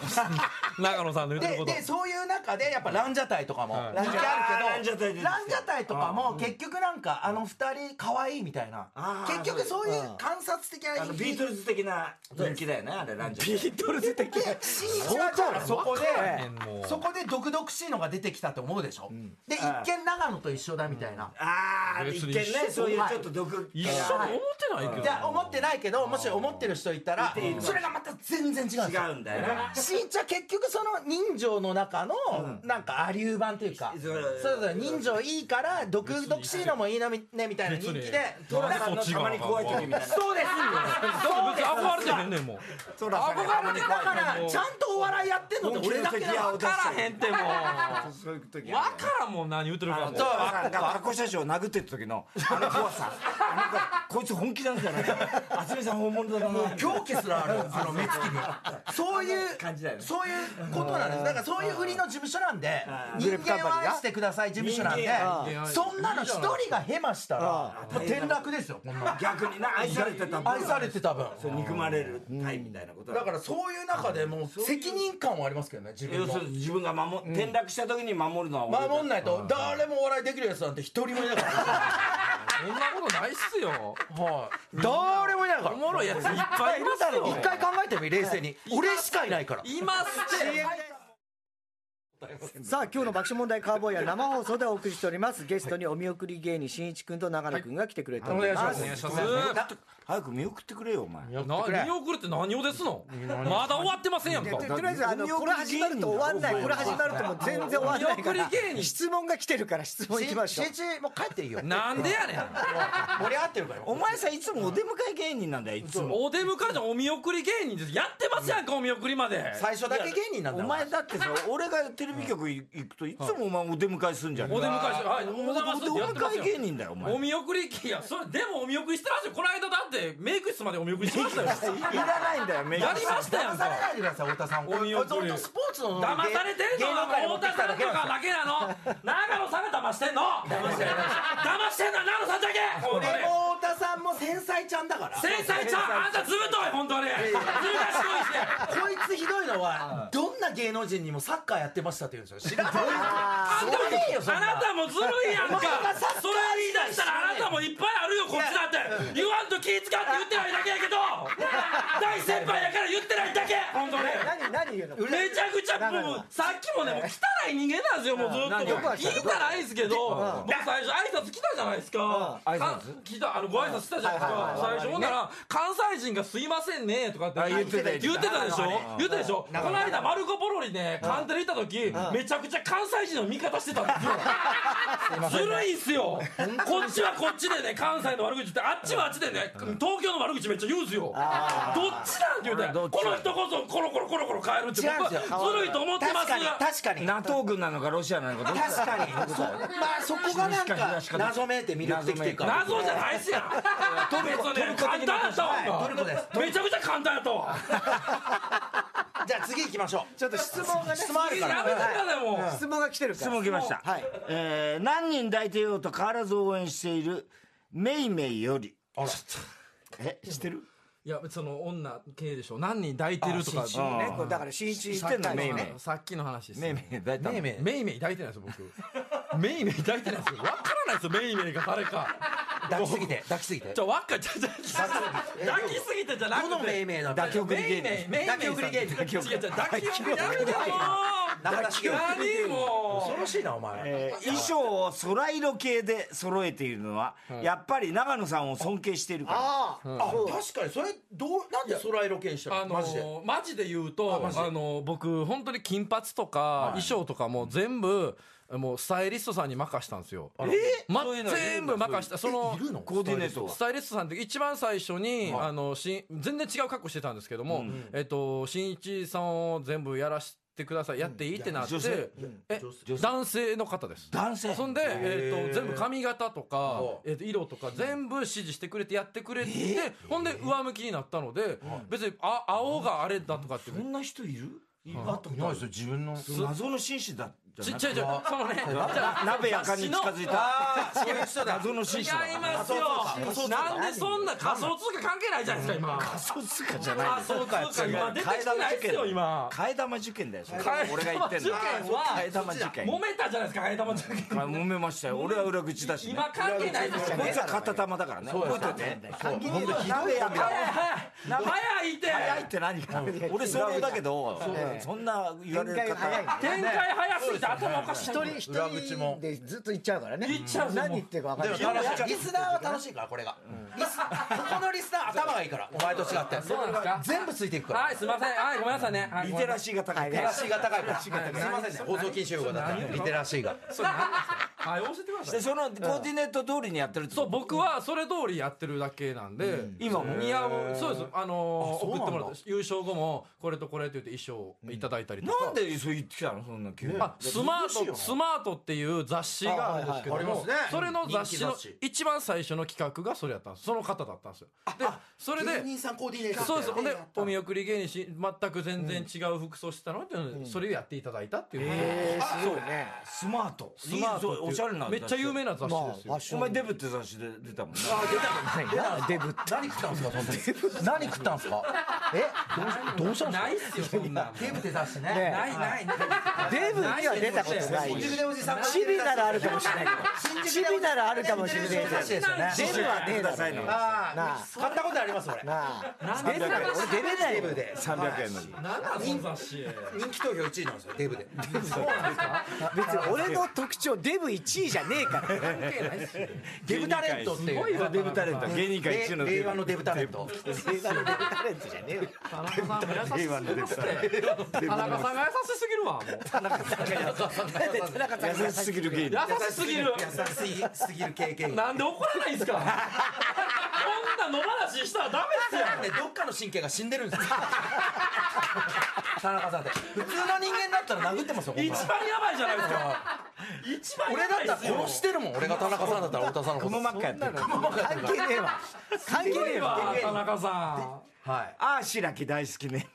S3: う *laughs* 長野さんの言ってる
S4: で
S3: こと
S4: でそういう中でやっぱランジャタイとかも
S3: はい
S4: 人気あるけ
S1: あーランジャタイ出てき
S4: ど
S1: た
S4: ランジャタイとかも結局なんかあの二人可愛いみたいな
S1: あー
S4: 結局そういう観察的な
S1: あのビートルズ的な人気だよねあれランジャタイ
S2: トルズ的
S4: で新一はじゃあそこ
S3: ねんもう
S4: でそこで毒々しいのが出てきたって思うでしょで一見長野と一緒だみたいな
S1: ああ
S3: 別
S1: 一
S3: に
S1: 見ね
S3: 一緒
S1: そういうちょっと毒
S3: 一緒に思ってないけど
S4: じゃあ思ってないけどもし思ってる人いたらそれがまた全然違うんですよ
S1: 違うんだよな
S4: しんちゃん結局その人情の中のなんかアリウー版というか、
S1: ん
S4: そうそう人情いいから毒々しいのもいいのみねみたいな人気で
S1: トラさんのたまに怖い時みたいな
S4: そうです
S3: 別に憧れてへんねんもう
S1: トラさんがたま
S4: 憧
S1: に
S4: れて
S1: 怖
S4: だ
S1: い
S4: からちゃんとお笑いやってんのって俺だけだ
S1: 本気の時は
S3: 分からへんってもう
S1: そういう時
S3: 分からんもん何言ってるかも
S1: そうだから学校写真を殴ってる時のあの怖さなんかこいつ本気なんじゃないか渥美さん本物だな
S4: 狂気すらあるあの目つきにそういう
S1: 感じだよね
S4: そういうことなんですだからそういう売りの事務所なんで人間を愛してください事務所なんで
S1: 人間
S3: 人間
S4: そんなの一人がヘマしたらもう転落ですよこんなの
S1: 逆にな愛されてた分
S4: 愛されてた分
S1: そう憎まれるタイみたいなこと
S4: だ
S1: だ
S4: からそういう中でもう責任感はありますけどね自分
S1: 要
S4: の
S1: するに自分が守転落した時に守るのは俺だ
S4: 守んないと誰もお笑いできるやつなんて一人もいないから
S3: そんなことないっすよ
S4: はい *laughs* 誰もいないか
S3: おもろいやついっぱいいるだろ
S4: ら一回考えてみ冷静に俺しかいないから
S3: いますって
S2: さあ今日の爆笑問題カーボーイは生放送でお送りしておりますゲストにお見送り芸人しんいちくんと長野くんが来てくれており
S4: はいお願
S2: ま
S4: い
S2: す、
S4: し
S3: お
S4: ま
S3: 願いします
S1: 早く見送ってくれよお前
S3: な見送るって何をですのまだ終わってませんやんか
S2: ととりあえずあのこれ始まると終わんないこれ始まるともう全然終わんないか
S3: 見
S2: ら
S3: 送り芸人
S2: 質問が来てるから質問いきましょう
S4: しんいちもう帰っていい *laughs* よ
S3: なんでやねん
S4: 盛り上がってるから
S1: お前さいつもお出迎え芸人なんだよいつも
S3: お出迎えじゃんお見送り芸人ですやってますやんかお見送りまで
S4: 最初だけ芸人なん
S1: お
S4: だ
S1: 前だってさ俺がテレビ局行くといつもお前お出迎えすんじゃん
S3: お出迎えしてはいお
S1: お
S3: はようございますってやってます
S1: 出迎
S3: よ
S1: え芸人だよお前
S3: お見送りいやそれでもお見送りしてますよこの間だってメイク室までお見送りしてました *laughs* よ
S1: いらないんだよメイク
S3: やりましたや
S4: 騙
S3: ん
S4: さ
S3: か
S4: れないでください太田さん
S3: お見送り
S4: 本当スポーツの
S3: 騙されてんの
S4: 芸能界に持
S3: は
S4: って
S3: 太
S4: き
S3: 田
S4: た
S3: さ
S4: だ
S3: ん
S4: け
S3: と
S4: なん
S3: か
S4: で
S3: だけなの長野さんが騙してんの騙してんの騙してんのは長野さんだけ本当
S4: す
S3: に
S4: でも太田さんも繊細ちゃんだから
S3: 繊細ちゃんあんたずぶとい本当にずる賢いして
S4: こいつひどいのはどんな芸能人にもサッカーやってましたって言うんですよ知らないあ
S3: あんたもあなたもずるいやんかそれ言い出したらあなたもいっぱいあるよこっちだって言わんと気使って言ってないだけやけど大先輩やから言ってないだけ本当に
S2: 何何言うの
S3: めちゃくちゃもうさっきもねもう汚い人間なんですよもうずっと
S2: よくは知らん
S3: 言いたないんですけど僕最初挨拶来たじゃないですか
S1: うん挨拶
S3: か来たあのご挨拶したじゃないですか最初ほんなら関西人が「すいませんね」とかって
S1: あ言ってた
S3: 言ってたでしょ言ってたでしょこの間マルコ・ポロリねカンテレ行った時めちゃくちゃ関西人の味方してたんですよずるいんすよこっちはこっちでね関西の悪口言ってあっちはあっちでね東京の悪口めっちゃ言うんすよどっちなんて言うてこの人こそコロコロコロコロ変えるって僕はずるいと思ってます
S4: 確かに確かに
S1: ナトー軍なのかロシアなのかどっちだ
S4: 確かにそまあそこがなんか謎めいて魅力的っていうか
S3: 謎じゃないっすやん別に簡単やった
S4: はい
S3: わ
S4: トルコです
S3: めちゃくちゃ簡単やったわ
S4: じゃあ次行きましょう
S2: ちょっと質問がね質問
S3: やめてくださいもう
S2: 質問が来てるか
S1: 質
S2: ら
S1: 問来ました、
S2: はい
S1: えー何人抱いてようと変わらず応援しているメイメイよりえ知ってる
S3: いやその女系でしょ何人抱いてると
S1: う
S3: か
S1: ん
S2: ねこれだからしんいち言ってんの
S1: さっきの
S2: メイ
S1: ね
S2: ン
S1: メイ
S3: さっきの話です
S1: メイメイ抱いたの
S4: メイ
S3: メイメイ抱いてないですよ僕メイメイ抱いてないですよわからないですよメイメイが誰か
S4: 抱きすぎて抱きすぎて
S3: じゃわっかちゃちゃ抱きすぎてじゃなく
S4: ど
S3: て
S4: のメイメイだった
S1: 抱き送り芸人
S3: メイメイメイメイ
S4: 抱き送り芸人
S3: さん違う違う抱き送りやめてよ
S4: 抱き送り
S3: 何も
S4: 恐ろしいなお前、
S1: えー衣装を空色系で揃えているのは、やっぱり長野さんを尊敬しているか
S2: ああ
S4: あ確かにそれどうなんで空色系したの、
S3: あの
S4: マジで
S3: ーマジで言うとあのー僕本当に金髪とか衣装とかも全部もうスタイリストさんに任したんですよま
S1: そういうのいるんだ
S3: 全部任したその
S4: いる
S1: ら
S4: の
S1: コーディネートは
S3: スタイリストさんって一番最初に、あのし全然違う格好してたんですけども、えっと新一さんを全部やらしてくださいやっていいってなって、
S1: 女性
S3: え男性の方です。
S1: 男性
S3: *laughs* そんで、えっと全部髪型とか、えっと色とか全部指示してくれてやってくれて、ほんで上向きになったので、別にあ青があれだとかって
S1: そんな人いる
S4: あったことないですよ自分の
S1: 謎の紳士だ
S3: ちっちゃいちょそうねじゃあ
S1: 鍋やかに近づいた
S4: ああ、そういう人だ。
S1: 謎の紳士だ
S3: 違いますよなんでそんな仮想通貨関係ないじゃないですか今
S1: そうっすかじゃない
S3: 仮想通貨今出てきてないですよ今
S1: 替え玉受験だよそれ
S3: 替え玉
S1: 俺が言ってんの
S3: 受験は
S1: 替え玉受験
S3: 揉めたじゃないですか替え玉受験
S1: まあ揉めましたよ俺は裏口だしね
S3: 今関係ないですよ
S1: こいつは片玉だからね覚えといて
S2: 関係ねえだろ鍋やか
S3: 早い早い早いって
S1: 早いって何か俺総合だけどそんな言わ
S2: 展
S1: れ
S2: 開
S1: る
S2: が早い
S1: 方
S3: 展開早すぎて頭おかし
S2: 一
S3: い
S2: 人一
S4: 裏口
S2: 人
S4: も
S2: でずっと行っちゃうからね
S3: 行っちゃう
S2: 何言ってるか分かんない
S4: でも楽しいリスナーは楽しいからこれが、リスここのリスナー頭がいいからお前と違って
S3: そうなんですか
S4: 全部ついていくから
S3: はいすいませんはいごめんなさいねはい
S1: リ
S3: ごめ
S1: テ
S3: んな
S1: ラ
S3: さい
S1: シーが高い
S4: リテ
S1: ね
S4: ラシーが高いからすいませんね放送禁止用語だったリテラシーが
S3: それ何ですかはい教えてくださ
S1: で
S3: い
S1: そのコーディネート通りにやってるってこ
S3: そ
S1: と
S3: う僕はそれ通りやってるだけなんで、
S1: 今も
S3: いやもうそうですあのー
S4: あそう
S3: 送っ
S4: なん
S3: て
S4: だ
S3: もらった優勝後もこれとこれと言って衣装をいただいたりとか、
S1: なんでそう言ってきたのそんな急に
S3: あスマ
S4: 嬉しい
S3: ー
S4: よ
S3: ト
S4: な
S3: スマートっていう雑誌があるんですけども、
S4: あはいはいありますね
S3: それの雑誌の
S4: 人気雑誌
S3: 一番最初の企画がそれやったんですその方だったんですよでそれで
S4: 芸人さんコーディネート
S3: そうですほんでお見
S4: よ
S3: 送り芸人し全く全然違う服装してたのっていうので、それをやっていただいたっていう、
S2: えーすごいね
S1: スマート
S3: スマートっていう
S1: おしゃれな
S3: めっちゃ有名
S1: な
S3: な雑誌
S2: まあフ
S3: ですよ、
S2: ァッシ
S1: お
S2: ョ
S1: 前
S2: ン
S1: デブって雑誌で出たもんね
S2: 何デブって
S4: 何食ったんですかその時何食ったんですかえどうしどうしたんですか
S3: ないっすよそんなん
S4: デブ出たしね
S2: え
S3: ないないない
S2: デブには出たことない
S4: 新宿でおじさん
S2: チビならあるかもしれない
S4: 新
S2: チ
S4: 宿でお
S2: ビ
S4: じさん
S2: ならあるかもしれないけど
S4: デブなら
S2: デ
S4: ですよね
S2: ブはねえだろうよな
S4: あ
S2: あ
S4: あ買ったことあります俺
S2: なあ
S3: なん
S2: デブは俺デブだよ
S4: デブで
S1: 300円の
S3: 何なんその雑誌
S4: 人気投票1位なんですよデブで
S2: 別に俺の特徴デブ1位じゃねえから
S3: 関係ないっすよ
S4: デブタレントって
S3: すご
S4: い
S3: いうわ
S1: デブタレント芸人界一の
S4: 令和のデブタレント
S2: 令和のデブタレントじゃねえよ
S3: 田中さんが優しすぎ
S1: 令和
S3: ま
S1: のデブ
S3: す
S1: タレン
S3: って田中さんが優しすぎるわもう
S2: 田中さん
S1: ト優しすぎる芸人
S3: 優しすぎる
S4: 優しすぎる経験
S3: なんで怒らないんすかこんな野放ししたらダメっすよ
S4: でどっかの神経が死んでるんですよ *laughs* 田中さんって普通の人間だったら殴ってますよほん
S3: 一
S4: ま
S3: 番やばいじゃないですか一番
S4: 俺だ
S3: やばい
S4: った
S3: っ
S4: ら
S3: すよ
S4: 殺してるもん俺が田中さんだったら太田さんのこ
S1: この
S4: と
S1: 真っ赤やってる
S2: 関係ねえわ関係ねえわ
S3: わ田中さん
S4: はい
S1: ああ白木大好きね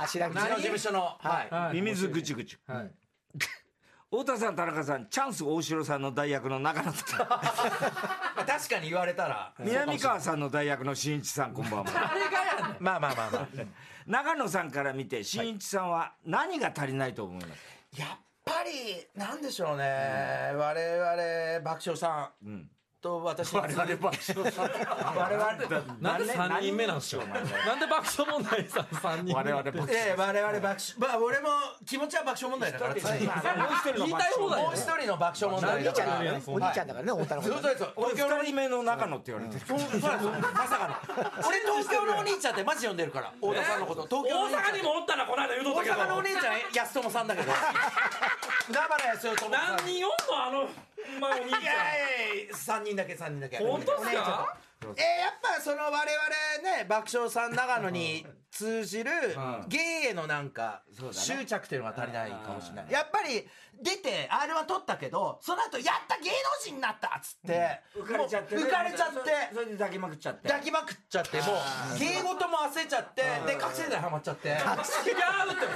S2: ああ白木
S4: うちの事務所のはい
S3: いはい
S1: ミミズぐちぐち
S3: はい
S1: 太田さん田中さんチャンス大城さんの代役の中野さん
S4: まあ確かに言われたら
S1: 南川さんの代役の新一さんこんばんは
S3: 誰がやねん
S4: まあまあまあまあ
S1: 長野さんから見て新一さんは何が足りないと思います
S4: やっぱりなんでしょうね我々爆笑さんと私我々爆笑さん *laughs* 我々
S3: なんで三人目なんすよなんで爆笑問題さん三人目
S1: 我々僕
S4: ええ我々爆笑まあ俺も気持ちは爆笑問題だから常に
S3: 言いたい放題
S4: もう一人の爆笑問題
S2: お兄
S4: だ
S2: ち
S4: か
S2: ゃんだか
S4: ら
S2: らねお兄ちゃんだからね太田のこ
S4: そう
S2: と
S4: そうそう
S1: 俺
S4: 東京の
S1: 2人目の中野って言われてる
S4: そうそうなんですよまさか *laughs* の俺東京のお兄ちゃんってマジ呼んでるから太田さんのこと東京のお兄ち
S3: 大阪にもおったなこの間言うとったけ
S4: ゃん大阪のお
S3: ど
S4: 兄ちゃん安友さんだ *laughs* けど生の安友さん
S3: 何人おんのあのほんまお兄ちゃ
S4: いやいやいや3人だけ3人だけ
S3: 本当っすか
S4: お姉ちゃんとえーやっぱその我々ね爆笑さん長野に通じる芸へのなんか執着っていうのが足りないかもしれないやっぱり出て r 1取ったけどその後やった芸能人になったっつって
S1: 浮かれちゃってね
S4: もう浮かれちゃって
S1: それで抱きまくっちゃって
S4: 抱きまくっちゃってもう芸事も焦っちゃってで覚醒剤ハマっちゃって
S3: ん違うって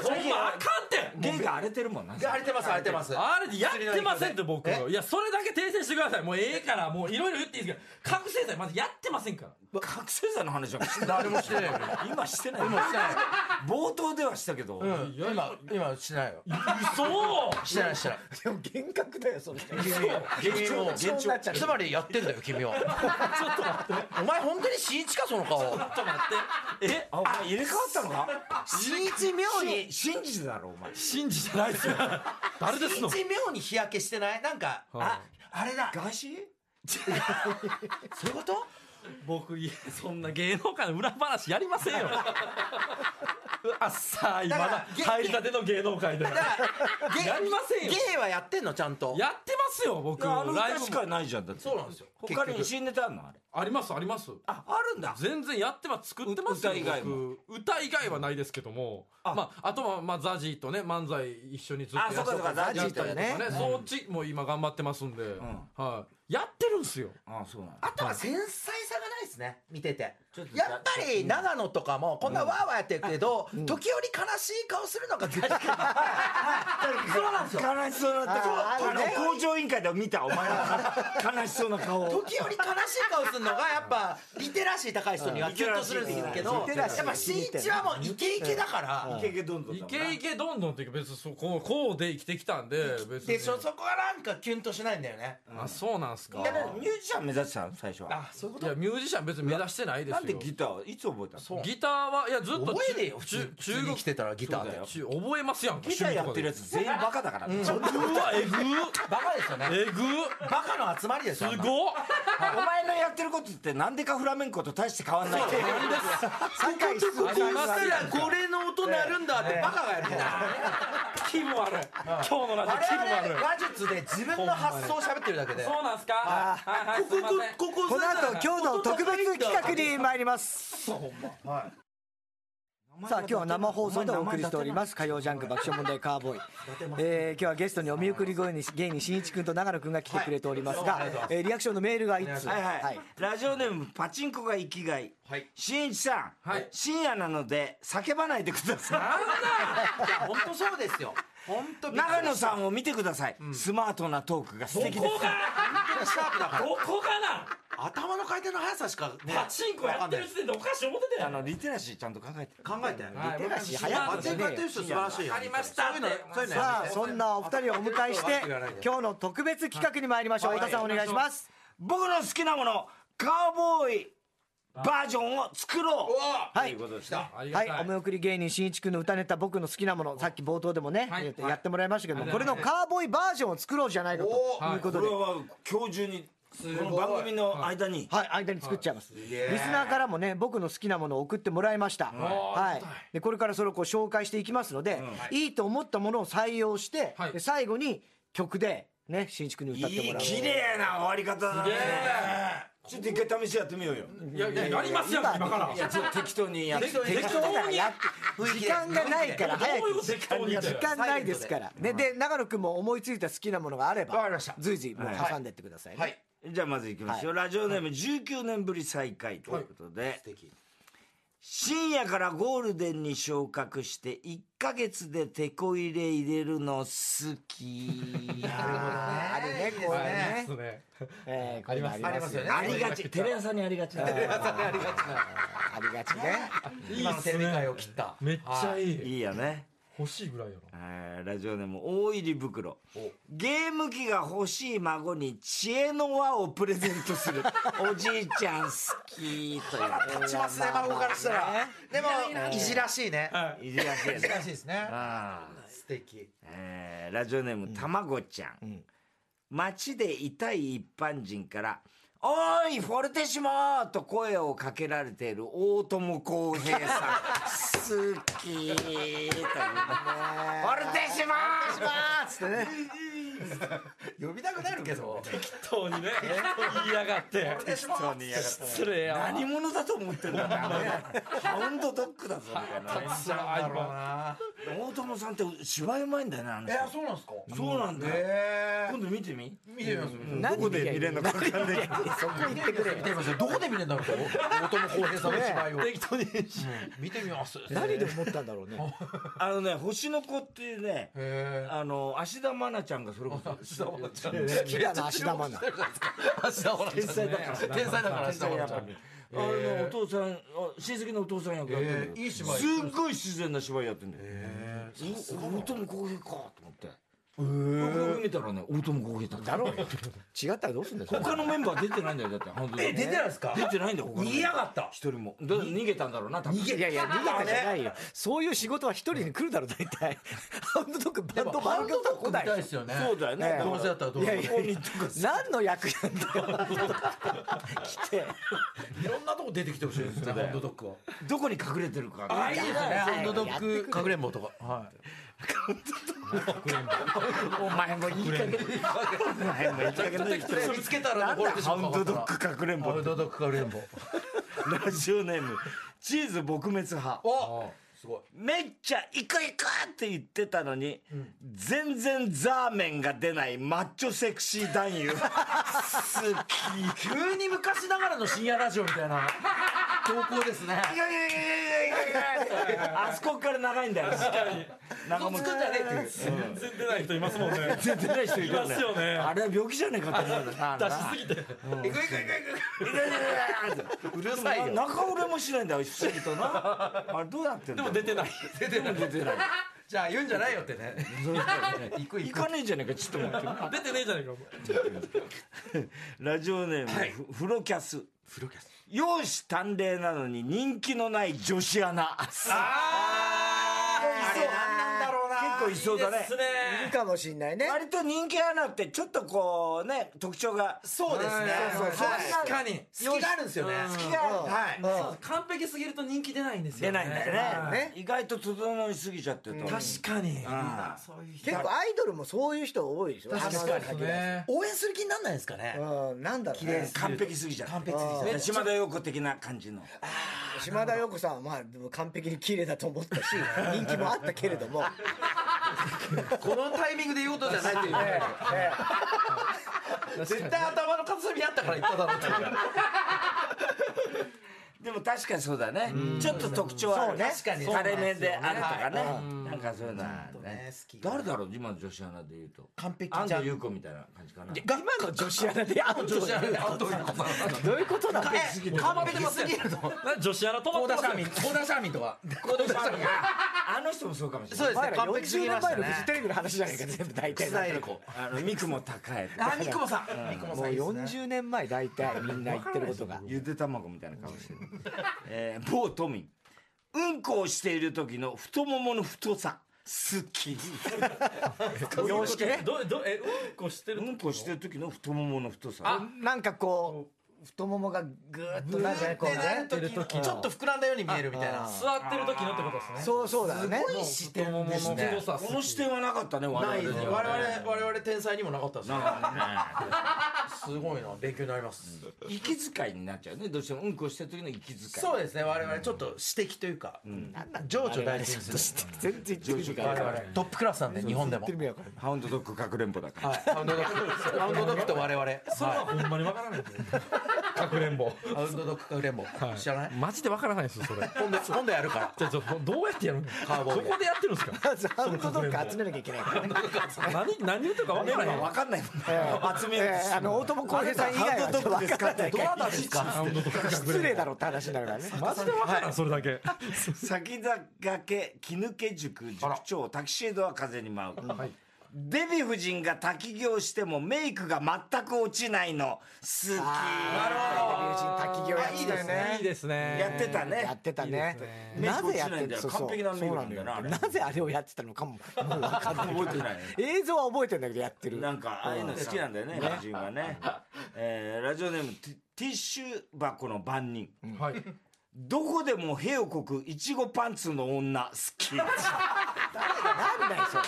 S3: ほんまあかんって
S1: 芸が荒れてるもんな
S4: 荒れてます荒れてます
S3: あれやってませんって僕いやそれだけ訂正してくださいもうええからもういろいろ言っていいですけど覚醒剤まずやってませんから
S1: 覚醒剤の話はしてない
S4: 誰もしてないよね
S1: 今してない
S4: 今してない
S1: *laughs* 冒頭ではしたけど、
S4: うん今今してないよ
S3: そう
S4: してないしてない
S2: でも幻覚だよそれ
S1: 現状現
S2: そう
S1: 状
S2: なっちゃう
S4: つまりやってんだよ君はちょっと待ってお前本当に新一かその顔
S3: ちょっと待ってえ
S1: あお前入れ替わったのか
S2: 新一妙に
S1: 信じてだろお前
S3: 信じてないですよ誰ですの
S4: 新一妙に日焼けしてないなんかああれだ
S1: ガシ
S4: そういうこと
S3: 僕いやそんな芸能界の裏話やりませんよあっさいまだ
S4: だから
S3: 入りたての芸能界でや
S4: だからゲ
S3: りませんよ
S4: 芸はやってんのちゃんと
S3: ってますよ僕
S1: あの
S3: ライ
S1: 歌
S3: ブ
S1: し
S3: も
S1: かないじゃんだって
S4: そうなんですよ
S1: 他に
S4: 結局
S1: 新ネタあるのあれ
S3: ありますあります
S1: ああるんだ
S3: 全然やってます作ってますよ
S1: 歌以外
S3: 僕歌以外はないですけども、
S1: あ
S3: まあ、あとは、まあ、ザジーとね漫才一緒にずっとや
S1: あ
S3: って
S1: そうかそうか
S3: や
S1: ザ
S3: っ
S1: ジ
S3: た
S1: ーと
S3: りと
S1: ね
S3: かねそっちも今頑張ってますんで、はいやってるんすよ
S1: あそうなの
S4: あとは繊細さがないですですね、見てて
S1: ちょっ。と
S4: やっぱり長野とかもこんなわーわーやってるけど、時折悲しい顔するのが確かに。そうなんですよ。
S1: 悲しそうなった
S2: あ
S1: あ
S2: あるね
S1: の工場委員会で見たお前 *laughs* の悲しそうな顔を
S4: 時折悲しい顔するのがやっぱリテラシー高い人にはキュッとするんですけど
S2: リテ
S4: や
S2: ラシー
S4: っぱ新一はもうイケイケだから
S1: イケイケどんどん
S3: イ
S1: だもんな
S3: ケイケどんどんっていうか別にそここうで生きてきたんで別に
S4: でそそこがなんかキュンとしないんだよね
S3: あそうなんすか
S1: だからミュージシャン目指してたの最初は
S4: あそういうこ
S3: い
S4: と
S3: やミュージシャン別に目指してないですよ
S1: なんでギターをいつ覚えたの
S3: ギターはいやずっと
S4: 覚えねえよ
S3: 中
S4: 普通
S3: 中
S4: 中
S3: 国
S4: 国来てたらギター
S1: そうだ
S4: で
S1: よ
S3: 中覚えますやんか
S1: ギターやってるや
S3: つ
S1: つ全員バカだ *laughs* からね
S3: うわえぐ
S4: バカですよね
S3: えぐ
S4: バカの集まりですよ
S3: す
S4: あんな
S3: ごっ
S1: お前のやってることってなんでかフラメンコと大して変わんないって
S2: 酒井
S3: ありますやん
S4: これの音鳴るんだってバカがやるから
S3: 気分悪い今日のラジオ気分
S4: 我
S3: 悪い
S4: 々話術で自分の発想を喋ってるだけで
S3: そうなんすかはいはいすいません
S4: ここ
S2: この後今日の特別企画に参りますさあ今日は生放送でお送りしております火曜ジャンク爆笑問題カーボーイ、えー今日は芸ゲストにお見送り声に芸人しんいち君と長野君が来てくれておりますが、えーリアクションのメールが1通
S1: はいはい、
S2: はい
S1: ラジオネームパチンコが生きがい
S4: はい
S1: 新一さん、
S3: はい
S1: 深夜なので叫ばないでくださ
S4: いや本当そうですよ本当
S1: い長野さんを見てください、スマートなトークが素敵です
S3: どこ
S4: シャープだか
S3: が
S4: ら
S3: どこがな
S4: 頭の回転の速さしかね
S3: パチンコやってる
S4: わ
S3: 時点でおかしい思ってた
S1: あ
S3: やん
S1: のリテラシーちゃんと考えてる
S4: かんない考えて
S3: はい
S1: リテラシー
S3: 僕も
S1: 早
S2: い
S4: パ
S1: く
S4: チンコやってる人素晴らしいよ
S3: ありましたって
S4: そういうの
S2: さ
S4: や
S2: あ
S4: めて
S2: そんなお二人をお迎えして今日の特別企画に参りましょう
S3: はい
S2: 太田さんお願いします
S1: 僕の好きなものカウボーイバージョンを作ろう
S2: はい
S1: ということですね
S3: ありが
S2: は
S3: た
S2: い、お見送り芸人しんいち君の歌ネタ僕の好きなものさっき冒頭でもね、
S3: はい
S2: えーとやってもらいましたけども、
S3: はい
S2: これのカーボーイバージョンを作ろうじゃないかと
S4: お
S2: いうこ
S1: ことれ
S2: で、
S1: は今日中にこの番組の間に
S2: はい、間に作っちゃいます、
S4: え
S2: リスナーからもね僕の好きなものを送ってもらいました、はい、でこれからそれをこう紹介していきますので、い、いと思ったものを採用して、
S3: はい
S2: で最後に曲でねしんいち君に歌って
S1: い
S2: も
S1: い
S2: らう
S1: 綺麗な終わり方だね
S3: すげ
S1: ちょ
S3: え
S1: っと一回試しやってみようよ
S3: いやいややりますやん今から
S1: いやちょっと適当にやって
S2: 適当だからやっ
S4: 雰囲気
S2: 時間がないから早
S3: どういう
S2: く
S3: こと適当に
S2: 時間ないですからねで長野くんも思いついた好きなものがあれば
S4: わかりました
S2: 随時もう挟んでってくださいね、
S4: はい
S1: じゃあまずいきますよ、ラジオネーム19年ぶり再開ということで、
S4: 敵
S1: 深夜からゴールデンに昇格して1ヶ月でテこ入れ入れるの好き
S2: ああるねこういう
S3: はい
S2: ね
S3: そうね
S2: えーこういうのあり
S4: あり
S2: ま
S4: ますす
S2: よ
S4: よ
S2: ね
S4: ね
S1: ありがちテレ朝にありがちだ
S4: ありがちな
S2: ありがちね
S4: 今のテレビ界を切った
S3: めっちゃいい
S1: いいよね
S3: 欲しいぐらいや
S1: えーラジオネーム大入り袋ゲーム機が欲しい孫に知恵の輪をプレゼントするおじいちゃん好 *laughs* きという
S4: 立ちますね孫からしたらでもいじらしいね
S3: ない
S1: じらしい
S4: い
S1: ね
S4: らしいですね
S1: *laughs* あー
S4: 素敵
S1: えーラジオネームたまごちゃん、街で痛い一般人から「おいフォルテッシモー!」と声をかけられている大友康平 *laughs* さん好きというね「フォルテッシモー!」
S4: 呼びたくなるけど
S3: 適当にね言いやがって
S1: そうねやがった
S3: 失礼やわ
S1: 何者だと思ってんだなハウンドドッグだぞみたいなね
S3: そら相棒
S4: な
S1: 大友さんって芝居うまいんだよねあの人
S4: そうなんですか
S1: そうなんだよ
S4: え
S1: 今度見てみ
S4: 見てみます見
S1: どこで見れるのか分かんないけど
S4: てくれ見てみますどこで見れるんだろうと元の浩平さんの芝居を
S3: 適当に
S4: 見てみます
S2: 何で思ったんだろうね
S1: *laughs* あのね星の子っていうね
S4: へ
S1: あの芦田愛菜ちゃんがそれこそ
S4: ー芦田愛菜
S1: *laughs*
S4: ちゃん
S2: 好きだな足玉な
S4: 芦田愛菜ちゃんね天才だから芦田愛菜ちゃん
S1: あのお父さんあ親戚のお父さん役やってる
S4: えーいい芝居
S1: すっごい自然な芝居やってんだよお大友康平かと思ってよくよく見たらね大友康平だった
S2: だろうよ違ったらどうすんだよそれ
S1: 他のメンバー出てないんだよだって本当に
S4: え出てないですか
S1: 出てないんだよ他のメンバー
S4: 逃げやがった
S1: 一人もだ逃げたんだろうな多分
S2: いやいや逃げたじゃないよそういう仕事は一人に来るだろ大体ハウンドドッグバンドバンドドッグ来
S4: 見
S2: ない
S4: たい
S2: よ
S4: ですよね
S1: そうだよね
S2: ね
S4: どうせだったらどう
S2: い
S4: ぞ
S2: やいやいや何の役なんだよ来て
S4: いろんなとこ出てきてほしいですねハンドドッグは
S1: どこに隠れてるか *laughs*
S4: いいですねハンドド
S2: やっ
S4: ッ
S2: て
S4: グかくれんぼとかは
S1: お前もいい加減お
S4: *laughs*
S1: 前もいい加減だよ
S4: い見つけたら
S1: なんだハウンドド
S4: ハ
S1: ッグ隠れんぼ
S4: ウ
S1: っ
S4: ン
S1: て
S4: ドドッグかくれんぼ
S1: ラジオネームチーズ撲滅派
S4: おすごい。
S1: めっちゃ行く行くって言ってたのに、全然ザーメンが出ないマッチョセクシー男 *laughs* 優。好き。
S4: 急に昔ながらの深夜ラジオみたいな投稿ですね。
S1: いやいやいやいやいやいやあそこから長いんだよ。
S4: 嘘つくんじゃねえっていう。
S3: 全然出ない人いますもんね
S1: 全然ない人い
S3: い
S1: る
S3: ま
S1: よ
S3: す
S1: ね。
S3: よね
S1: あれは病気じゃねえかって思うよな。
S3: 出しすぎて
S4: 行く行く行く行
S1: うるさいよ。中折れもしないんだよ、不思議とな。あれどうやってん
S3: で
S1: だ
S3: も出てない
S1: 出てない。出てない。
S4: く。じゃあ言うんじゃないよってね。行く
S1: 行
S4: 行く。
S1: かねえじゃねえか、ちょっと待って。
S3: 出てねえじゃねえかお前
S1: ラジオネーム、
S4: はい
S1: フフロキャス。
S4: フロキャス。
S1: 容姿端麗なのに人気のない女子アナ。
S4: あーあれ何なんだろうな。
S1: 結構いそうだ
S3: いい
S1: ね
S3: です。ね
S2: いいかもしんないね。
S1: 割と人気アナってちょっとこうね、特徴が。
S4: そうですね。
S1: そうそう
S4: はい
S1: そう
S4: 確かに。隙があるんですよね。
S2: うん
S4: はい。
S2: うん
S3: 完璧すぎると人気出ないんですよ
S1: 出ないんだよね
S2: ね。
S1: 意外と整いすぎちゃってると。
S4: 確かに。
S1: あ
S3: そういう人
S2: 結構アイドルもそういう人多いでしょ。
S4: 確かにね。応援する気になんないですかね。
S2: うん、なんだろうね。
S1: 完璧すぎちゃう。
S4: 完璧すぎて。
S1: 島田陽子的な感じの。
S2: 島田陽子さんはまあでも完璧に綺麗だと思
S4: *laughs*
S2: ったし、人気もあったけれども。
S4: このタイミングで言うことじゃないっていうね。絶対頭の片隅にあったから言っただろうっていうか。
S1: でも確かにそうだね。ちょっと特徴はある。
S4: そうね確かに
S1: 垂れ目であるとかね
S4: そう。
S1: なんかそういうのは
S4: とね
S1: ね
S4: 好。き
S1: 誰だろう今の女子アナで言うと。
S4: 完璧
S1: 安
S4: じゃん
S1: 藤優子みたいな感じかな。
S2: 今の女子アナで会うと
S4: 女子アナで後に
S2: どういうことなの
S4: 完璧すぎると。
S3: な女子アナ止ま
S4: コ
S3: っ
S4: ー
S3: て
S4: ダ
S3: ま
S4: シ
S3: すよ
S4: ャーミン、コーダシャーミンとか。コーダシャーミン。
S1: あの人もそうかもしれ
S4: そう
S1: な
S4: で
S1: い。
S4: すね。完璧す
S2: 40
S4: ぎま
S2: 年
S4: した
S2: 前
S4: ね
S2: の。フジテレビの話じゃないか、全部大体。
S4: エルコ。
S1: あの、ミクも高いとか。
S4: あ、ミクモさん。ミクモ
S2: も
S4: さ
S2: うん
S4: いいですね。
S2: 40年前大体みんな言ってる *laughs* ことが。
S1: ゆで卵みたいな顔してる。えー、某都民。うんこをしている時の太ももの太さ。好
S4: *laughs*
S1: き。
S2: 様式ね。
S3: どどえうんこしてる
S1: う
S3: と
S1: んこしてる時の太ももの太さ。
S2: なんかこう、太ももがぐーっとなんかね、こうね。
S4: ちょっと膨らんだように見えるみたいな。
S3: 座ってる時のってことですね
S2: そうそうだよね。
S4: してるんですね。
S3: 太さ
S1: この視点はなかったね、我々
S4: ない
S1: に
S4: です
S1: は
S4: ね。
S1: ね。
S4: 我々、我々天才にもなかったですね。
S1: なんかね。
S4: すごいな。勉強になります。
S1: 息遣いになっちゃうね。どうしてもうんこしてる時の息遣い。
S4: そうですね。我々ちょっと指摘というか、情緒大事にする。
S2: 全然言ってる意味
S4: 我
S2: が
S4: 々トップクラスなんで日本で
S2: 言っ
S4: も
S2: てる意。味わかんない
S1: ハウンドドッグかくれんぼだから。
S4: はい。ハウンドドッグ。ハウンドドッグと我々。
S3: それは
S4: は
S3: ほんまにわからないですねかくれんぼ
S4: い。ハウンドドッグかレンボ。知らない？
S3: マジでわからないですよそれ
S4: 今度今度や
S3: *laughs*
S4: るから。
S3: じゃあちょっとどうやってやるの
S4: カウボーイ
S3: どこでやってるんですか
S2: まずハウンドドッグ集めなきゃいけないからね。
S3: 何何言うてるかわからない
S1: わかんないもんね。集めようと
S2: え
S1: して
S2: ーあの、大友康平さん以外はちょっとわかんないか
S4: ど
S2: ら。
S4: なたですか？
S2: 失礼だろって話になるからね。
S3: マジでわからんそれだけ
S1: 先駆け気抜け塾塾長タキシードは風に舞う、
S3: はい
S1: デヴィ夫人が滝行してもメイクが全く落ちないの好き
S2: なるほど。友人滝行やってたよ
S3: いい
S2: ね。
S3: ですね
S1: やってたね
S2: やってた
S3: いいで
S2: ね
S3: すね。
S2: なぜやってた
S1: そうそう完璧なメイクなんだよなあれ
S2: なぜあれをやってたのかも、もうわかんない。
S1: 覚えてない
S2: 映像は覚えてんだけどやってる。
S1: なんかああいうの好きなんだよね夫人はね、えーラジオネームティティッシュ箱の番人
S3: はい
S1: どこでも屁をこくいちごパンツの女好き
S3: *laughs*
S2: なんだよ、それ。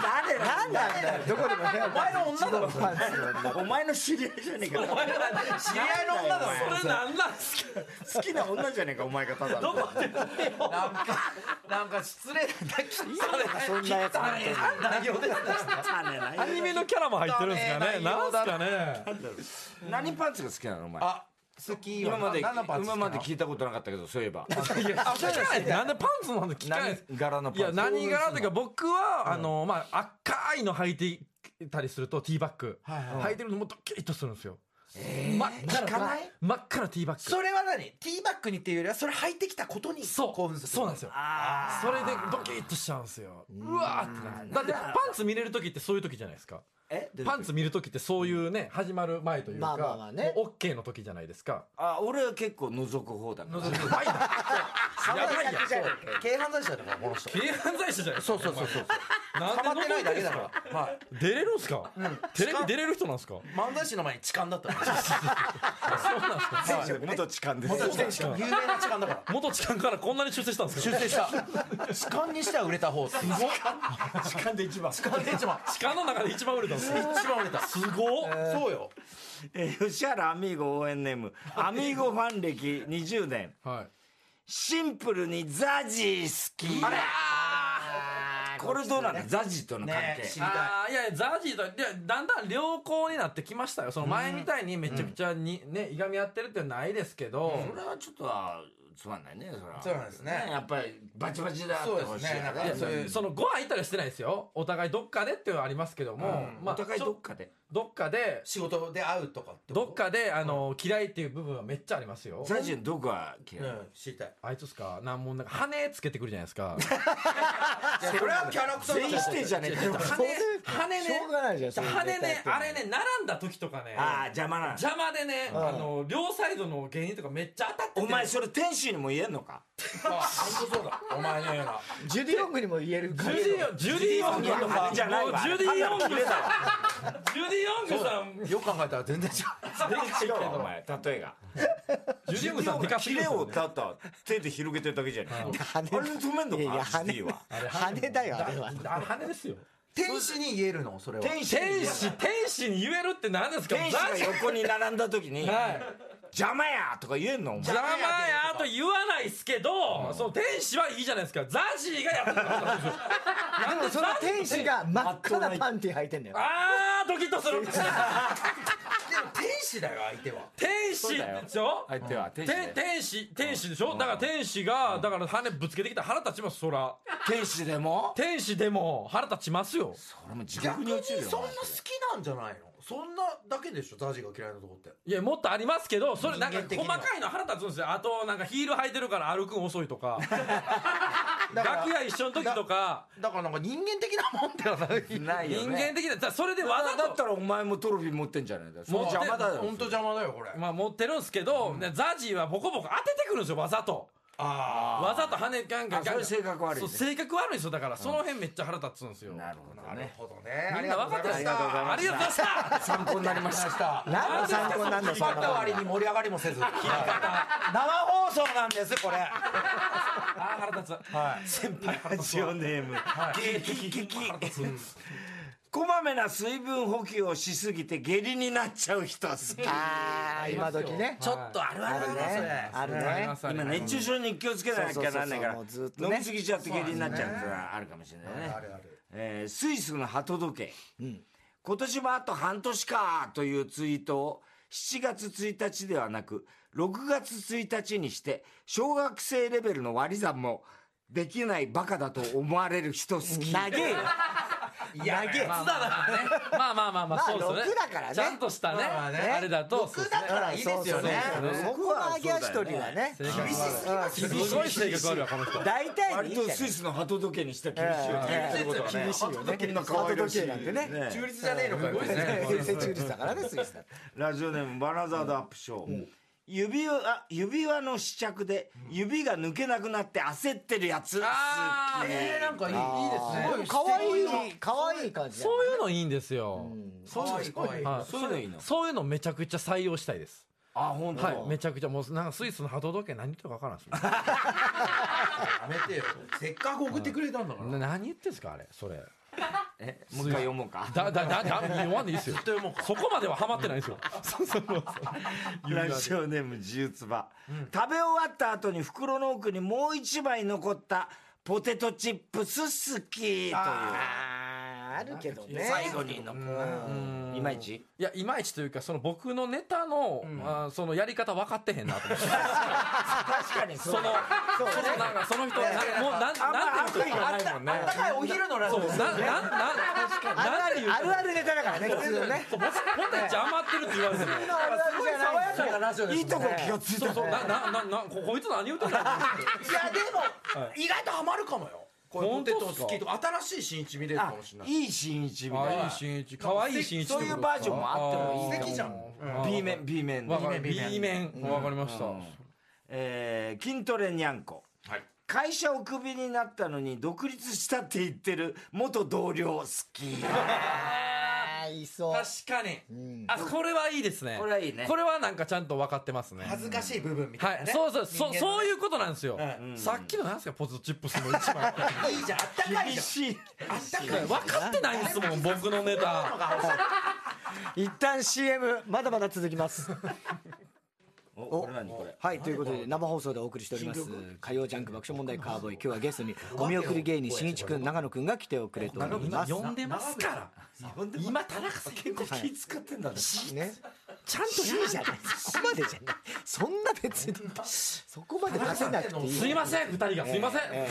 S1: 誰だ
S2: なんなんだよ、どこでも部屋お前の女だろ、パンツの女
S1: お前の知り合いじゃねえか知り合いの女だ
S3: それなんなんですか
S1: 好きな女じゃねえかお前がただの
S4: なんかなんか失礼
S2: そんなやつ
S4: な
S2: なんて
S4: 内容ですね。
S1: 汚ねえな
S3: アニメのキャラも入ってるんですかね
S4: 汚ねえ内
S3: なん
S4: 容
S3: す
S4: だな
S3: かね
S1: 何パンツが好きなのお前
S4: あ、好き
S1: 今まで
S4: 何のパンツ
S1: 今まで聞いたことなかったけどそういえば
S3: いや、聞かない。なんでパンツなんで聞かないです。
S1: 柄のパン
S3: い
S1: ツ
S3: や、何柄というか、僕は、あの、まあ、赤いの履いてたりすると、ティーバッグ。
S4: はいはい
S3: 履いてるのもドキッとするんですよ。真っ赤
S4: 聞かな
S3: ない真っ赤なティーバッグ。
S4: それは何？ティーバッグにっていうよりはそれ履いてきたことに興
S3: そう。
S4: 奮する。
S3: そうなんですよ。
S1: あ
S3: それでドキッとしちゃうんですよ。うわーってなるだって、パンツ見れる時ってそういう時じゃないですか。
S1: え
S3: パンツ見る時ってそういうね、始まる前というか、
S2: まあまあまあね
S3: もう OK の時じゃないですか。
S1: あ俺は結構覗く方だから
S3: 覗くやばいな。やばいやん。
S4: 軽犯罪者だからこ
S3: *laughs*
S4: の人。
S3: 軽犯罪者じゃないそうそうそうそう。なんで
S4: ハマっ
S3: 覗
S4: てない
S3: いて
S4: だ
S3: るんで
S4: け
S3: す
S4: だ
S3: か
S4: から。はい。
S3: 出れるんすか、テレビ出れる人なんすか
S4: 漫才師の前に痴漢だ
S3: *laughs*
S4: ったから。
S1: 元痴漢です
S4: 有名な痴漢だから。
S3: 元痴漢からこんなに出世したんです
S4: 出
S3: か
S4: 世した。痴漢にしては売れた方。すごい。
S1: 痴漢で一番
S4: 痴漢で一番。
S3: 痴漢の中で一番売れたんですよ
S4: 一番売れた。
S3: すごっ、
S4: そうよ。
S1: えー吉原アミーゴ応援ネームアミーゴファン歴20年
S3: はい
S1: シンプルにザジ好き。あれこれどうなんだ、ザジとの関係。
S4: ね知りたい
S3: あーいやいやザジーといやだんだん良好になってきましたよその前みたいにめちゃくちゃに、ねいがみ合ってるってないですけど、
S1: それはちょっとはつまんないねそれは
S4: そうなんですね
S1: やっぱりバチバチだってほしいよ
S4: そうですねなんか
S3: い
S1: ね
S3: やそういうそのご飯行ったりはしてないですよお互いどっかでっていうのはありますけども、
S4: う
S3: まあ
S1: お互いど
S3: ち
S1: っかで
S3: ょどっかで
S4: 仕事で会うとかって
S3: どっ
S4: か
S3: かであの、嫌いっていう部分はめっちゃありますよ
S1: ザジのどこが嫌
S4: う
S1: い、
S4: ん知りたい
S3: あいつっすかなんもなんか羽つけてくるじゃないですか
S4: いやそれはキャラクターだ
S1: 全員否定じゃねえか
S3: 羽
S2: そう
S3: ね
S2: いう
S3: 羽ね
S2: しょうがないじゃんそういうネタ
S3: 羽ね
S2: やってんの
S3: あれね並んだ時とかね
S1: ああ邪魔なんだ
S3: 邪魔でね、
S2: ん
S3: あの両サイドの芸人とかめっちゃ当たってて
S1: お前それ天使にも言えんのか
S4: あ本当そうだお前のような
S2: ジュディ・オングにも言える
S3: ジ
S2: 感
S3: ュディヨンジュディ・ヨング
S1: いやあれじゃないわ
S3: もうジュディ・ヨングさんジュディ・ヨングさん
S4: よく考えたら全然違
S1: 違うわお前例えが
S3: ジュディ・ヨングさんでかす
S1: ヒ
S3: ぎるん
S1: レ
S3: ですよ
S1: を
S3: ね
S1: ただ手で広げてるだけじゃないあ
S2: 羽
S1: れで止めんの
S2: いやいや
S1: か
S2: 羽
S1: ジュディは
S3: あれ
S2: 羽だよあれは
S3: だあれ羽ですよ
S4: 天使に言えるのそれは
S1: 天使
S3: 天使天使に言えるって何ですか
S1: 天使が
S3: ザジ
S1: 横に並んだ時に
S3: はい
S1: 邪魔やとか言えんのお前
S3: 邪魔やと言わないっすけど、その天使はいいじゃないですかザジーがやってることなんですよ
S2: でもその天使が真っ赤なパンティー履いてんだよ
S3: あードキッとする
S4: でも天使だよ相手は
S3: 天
S1: そう
S3: 使
S1: だよ
S3: でしょ
S1: 相手は天使
S3: 天
S1: で
S3: 天使天使でしょだから天使がだから羽ぶつけてきたら腹立ちますそら
S1: 天使でも
S3: 天使でも腹立ちますよ
S1: それも地
S4: 逆
S1: 獄
S4: に
S1: に落ちるよ
S4: そんな好
S1: マジで
S4: きなんじゃないのそんなだけでしょザジが嫌いなとこって
S3: いやもっとありますけどそれなんか
S4: 人間的
S3: 細
S4: には
S3: かいの腹立つんですよあとなんかヒール履いてるから歩くん遅いとか
S4: だから
S3: 楽屋一緒の時とか
S4: だからなんか人間的なもんではない
S1: ないよ
S3: 人
S1: ね
S3: 間的なだからそれでわ
S1: だ
S3: ざ
S1: っ
S3: と
S1: たらお前もトロフィー持ってんじゃないだそれ邪魔だよ
S4: 本当邪魔だよこれ
S3: まあ持ってるんですけど、ねザジーはボコボコ当ててくるんですよわざと
S4: あ
S3: わざと跳ねガンガンガンガン
S1: あそれ性格悪いね
S3: そう性格悪いんですよだからその辺めっちゃ腹立つんですよ、
S1: なるほど
S4: あなる
S1: ね
S4: ほどね
S3: みんな分かってるんですかあ
S1: あ
S3: り
S1: り
S3: が
S1: が
S3: と
S1: と
S3: う
S1: う
S3: ご
S1: ご参考
S3: ざいました
S1: になりま
S4: ま
S1: し
S4: したた
S2: 何の参考になんだよ
S4: 引っ
S2: そん
S4: 張
S2: な
S4: った割
S2: の
S4: に盛り上がりもせず生放送なんです
S2: *laughs*
S4: これ
S3: あー腹立つ、先輩腹
S1: ラ
S3: 立つ
S1: ジオネーム、激激こまめな水分補給をしすぎて下痢になっちゃう人
S2: *laughs*
S1: 好き
S2: あー今時ね
S3: *laughs* ちょっとあるあ
S2: あるねあるね
S1: 今熱中症に気をつけなきゃなんないから
S2: そうそうそうもうずっと
S1: 飲
S2: ね
S1: みすぎちゃって下痢になっちゃうってのはあるかもしれないねえースイスの鳩時計、今年もあと半年かというツイートを7月1日ではなく6月1日にして小学生レベルの割り算もできないバカだと思われる人好き
S2: 長えよ
S3: いやげえまあまあまあまあまあまあ
S2: まあ
S3: そうですよね
S2: 六だからね
S3: ちゃんとしたね,、
S4: まあまあね
S3: あれだとそうですね
S4: だからいいですよね
S2: そこは揚げ足取りはね
S3: 性格悪いすごい性格悪いわこの人
S2: 大体
S1: 割
S2: にいいん *laughs*
S1: と
S2: じゃな
S1: スイ
S2: い
S1: スの鳩時計にしては厳しいよ
S2: ええ
S1: ねそういうことはね
S2: 厳しいよね
S1: 鳩時計の可愛らしい
S2: 鳩時計なんてね
S4: 中立じゃねえのかよ
S3: すごいね
S2: 平成中立だからねスイスだって
S1: ラジオネームバナザードアップショー、指輪指輪の試着で指が抜けなくなって焦ってるやつ好き
S3: あー
S4: えーなんかいいいいですね
S2: でも可愛い可愛い感じだよ
S3: そういうのいいんですよ、
S4: そういうのすごい
S3: はい
S1: そういうのいいの
S3: そういうのめちゃくちゃ採用したいです
S1: あ本当、
S3: はいめちゃくちゃもうなんかスイスの波動時計何言ってるか分からんっすね
S4: やめてよせっかく送ってくれたんだから
S3: な何言ってんすかあれそれ
S1: えもう一回読もうか
S3: だだだだ言わんでいいですよそこまではハマってないですよそうそうそう
S1: *laughs* ラジオネーム自由つば、食べ終わった後に袋の奥にもう一枚残ったポテトチップス好きという
S2: あーあるけどね
S1: 最後にのいまいち
S3: いやいまいちというかその僕のネタの、あーそのやり方分かってへんなと思って
S1: 確かにそ
S3: その
S1: の
S3: そのなんかその人なんかもうなんなんて
S1: あんま
S3: 言
S1: 悪意がないもんね
S4: 高いお昼のラジオ
S3: うんですかななななんて言う
S2: あるあるネタだからね普通のね
S3: そうポテポテチ余ってるって言われても
S2: あるあるじゃない
S4: 爽やかなラジオです
S1: い
S4: ね
S1: いとこ気がつい
S3: そ
S1: た
S3: うそうななななここいつ何言うてんの
S4: いやでも意外とハマるかもよこういうポテト好きとか新しい新一見れるか
S1: あ
S4: もしれない
S1: いい新一みたい
S3: あいい
S1: な
S3: 新一可愛い新一
S1: そういうバージョンもあってもいい
S4: 素敵じゃん
S3: あー
S1: B 面 B 面
S3: わかる
S4: B 面
S3: B 面わかりました
S1: えー筋トレにゃんこ
S4: はい
S1: 会社をクビになったのに独立したって言ってる元同僚好き
S2: あーいそう
S3: 確かにあこれはいいですね
S1: これはいいね
S3: これはなんかちゃんと分かってますね
S4: 恥ずかしい部分みた
S3: はい、
S4: ないね
S3: そうそう、そ
S4: 人間の
S3: う、
S4: ね
S3: そういうことなんですよ。
S4: うん
S3: さっきのなんですか、ポテトチップスの一枚。
S4: いいじゃんあったかい
S1: 厳
S4: じゃん
S1: しい
S4: あったかいじゃん
S3: 分かってないんですもん、僕のネタ。
S2: 一旦 CM まだまだ続きます
S1: おお、これ何これ。
S2: *laughs* はい、ということで生放送でお送りしております火曜ジャンク爆笑問題カーボーイ今日はゲストにお見送り芸人しんいちくん長野くんが来ておくれており
S3: 今
S2: ます
S3: 呼んでますから今田中さん結構気
S1: 気使ってんだね。
S2: ね
S3: ちゃんとや
S2: いいじゃないそこまでじゃないそんな別にそこまで出せなくていい
S3: すいません二人がすいません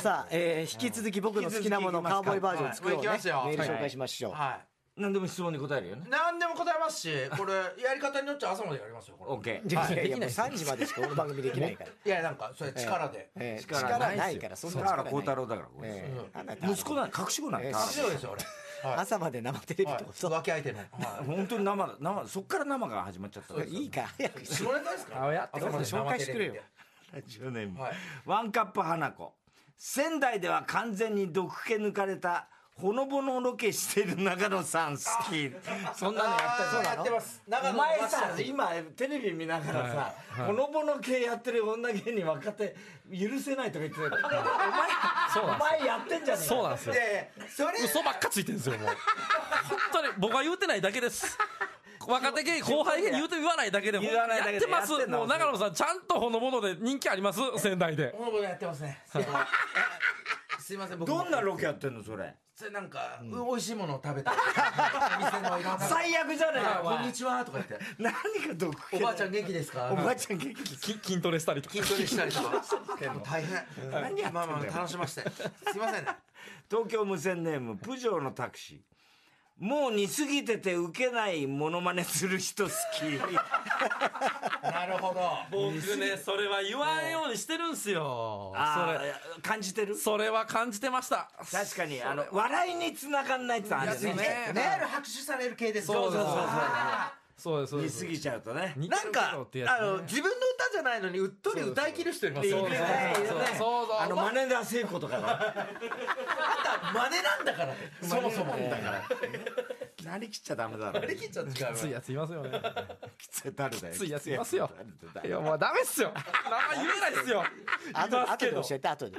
S2: さあ、えー引き続き僕の好きなものカーボーイバージョン作ろうねメ
S4: はい行きますよ
S2: ール紹介しましょう
S4: は
S1: 何でも質問に答えるよね
S4: い。。何でも答えますし、これ、やり方によっちゃ朝までやりますよ、こ
S1: オッケ
S2: い
S1: ー。
S2: やいやいやもう3時までしかこの番組できないから
S4: れ。いや、なんか、それ力で。
S2: えー
S1: 力
S2: 力
S1: ない
S2: ないからそんな
S1: 田
S2: 力
S1: 原
S2: ない
S1: 幸太郎だから、こいつ
S2: えーあなた
S1: 息子なんだ、隠し子なんだ。
S2: え
S1: 田
S2: ー
S1: 原
S4: 強いですよ、俺。はい。
S2: 朝まで生テレビって
S4: はい
S2: こと
S4: 浮気相手の。はい
S1: 本当に生だ、生だ、そっから生が始まっちゃったから。
S2: いいか早く
S4: 下ネタですか
S3: や
S4: 朝まで
S2: 紹介してくれよ
S1: ラジオネーム
S4: はい
S1: ワンカップ花子。仙台では完全に毒気抜かれた、ほのぼのロケしてる中野さん好き。そんなのやった
S4: あーやってます。長
S1: お
S4: 野の
S1: 前
S4: マスタ
S1: さ
S4: ーズ
S1: 今テレビ見ながらさ、ほのぼの系やってる女芸人若手許せないとか言ってた
S3: *laughs*
S1: よ
S3: そう
S1: お
S3: なんです
S1: 前やってんじゃねえか
S3: そうなんですよ
S4: いやいや、それ、
S3: 嘘ばっかついてるんですよもう本当に僕は言うてないだけです若手芸人後輩芸人言うて言わないだけで
S1: 言わないだけで
S3: やってます
S1: やってんの
S3: もう長野さんちゃんとほのもので人気あります仙台で
S4: ほのぼのやってますね。 *laughs* すいません、僕も
S1: どんなロケやってんのそれ
S4: それなんか、うん美味しいものを食べ *laughs* たり。店のいろんな。
S1: 最悪じゃねえか
S4: あ
S1: お
S4: こん
S1: 前
S4: にちはとか言 *laughs* って。
S1: 何が毒
S4: お
S1: 気
S4: ばあちゃん元気ですか
S1: おばあちゃん元気
S3: き筋トレしたりとか
S4: 筋トレしたりと *laughs* か。大変。
S1: 何やってんだよ
S4: まあまあ、楽しまして。すいませんね。
S1: 東京無線ネームプジョーのタクシーもう似すぎてて受けないモノマネする人好き
S4: なるほど。
S3: 僕ねそれは言わんようにしてるんすよ
S1: あー感じてる
S3: それそれは感じてました
S1: 確かにあの笑いにつながんないってのはあるよ
S3: い
S1: ね
S3: やね
S4: ね拍手される系です
S3: そうそうそうそう
S4: あ
S3: そうですそう
S1: 似
S3: です
S1: ぎちゃうとね
S4: ーなんか、あ
S3: 似
S4: の
S3: てるけどってやつね
S4: 自分の歌じゃないのに、うっとり歌い切る人いますよ
S3: そう
S4: ね。
S3: そうそうそうそうそう
S1: あのマネーダー聖子とかが
S4: あんた真似なんだからね。そもそも。
S1: *laughs* なりきっちゃダメだろ。
S4: 張り切っちゃって違うわ
S3: きついやついますよね
S1: きつい誰だよ。
S3: きついやついますよ
S1: 誰
S3: い
S1: だ
S3: やもうダメっすよ名前言えないっすよ
S2: あ
S3: いま
S2: と
S3: すけ
S2: で
S3: ど
S2: 教えて後で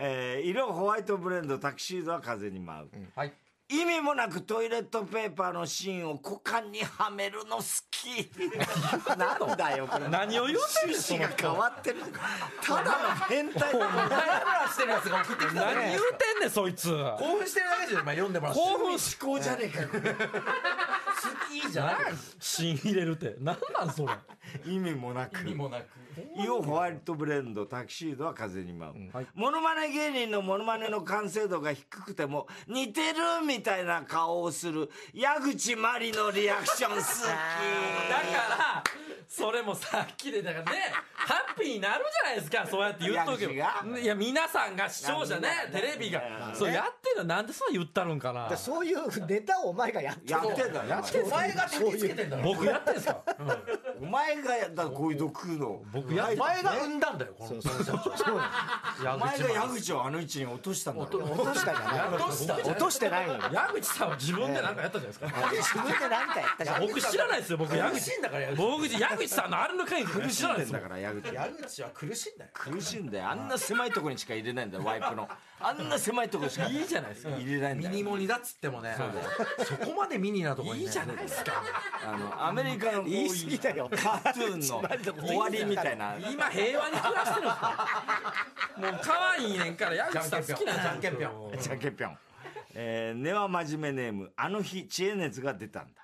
S1: えー色ホワイトブレンド、タキシードは風に舞う。
S4: はい。
S1: 意味もなくトイレットペーパーの芯を股間にはめるの好
S3: *laughs*
S1: き。なんだよ、これ。
S3: 何を言うてん
S1: 趣
S3: ねんそ
S1: 旨
S3: の
S1: が変わってるのか。ただの変
S3: *laughs*
S1: 態だな。
S4: ハラハラしてるやつが送ってきた
S3: 何
S4: ね。
S3: 言うてんねんそいつ興
S4: 興奮してるだけじゃん、今読んでもらって。
S3: 奮し
S1: 思考じゃねえかよこれ
S4: いいじゃない
S3: 芯入れるって何なんそれ
S1: 意味もなく。
S4: もなく。
S1: 色ホワイトブレンドタキシードは風に舞う、モノマネ芸人のモノマネの完成度が低くても似てるみたいな顔をする矢口真理のリアクション好き
S3: だからそれもさっきでだからねハッピーになるじゃないですかそうやって言っとけば
S1: いや違う
S3: いや皆さんが視聴者ねテレビがそうやってるのなんでそう言ったのんかな
S2: でそういうネタをお前がや *laughs* って
S1: や
S2: る
S1: ってんだよやって
S4: お前が手につけてんだろ。
S3: 僕やってんすか
S1: お前がやだからこういう毒の
S3: 僕やって
S4: お前が生んだんだよ、この。
S1: お前が矢口をあの位置に落としたんだろ
S2: 落としたじ
S4: *laughs*
S2: ゃない
S4: どうした
S2: 落としてないのに
S3: 矢口さんは自分で何かやったじゃないですか
S2: 自分で何かやったじゃん
S3: 僕知らないですよ僕矢
S4: 苦
S3: 口
S4: しいんだから、矢口。
S3: 僕矢口さんのあれの会議
S1: 苦
S3: 知
S1: し
S3: ら
S1: ん
S3: ない
S1: で
S3: です
S1: ん
S3: も
S1: だ
S3: ん
S1: から矢口
S4: 矢口は苦しいんだよ。
S1: 苦しんだよあんな狭いとこにしか入れないんだよワイプのあんな狭いとこしか
S3: いいじゃないですか
S1: 入れないん
S4: ミ
S1: だ
S4: ニ
S1: よ
S4: モニだっつってもね。そこまでミニなとこにね。
S3: いいじゃないですか
S1: あのアメリカのこう
S2: 言
S1: いう
S2: い過ぎだよ
S1: カートゥーンの終わりみたいな
S3: 今平和に暮らしてるんですよもう可愛いねんから矢口さん好きなんじゃん
S4: じゃんけんぴょん
S3: もう
S1: じゃんけんぴょん。えー、根は真面目ネーム、あの日、知恵熱が出たんだ。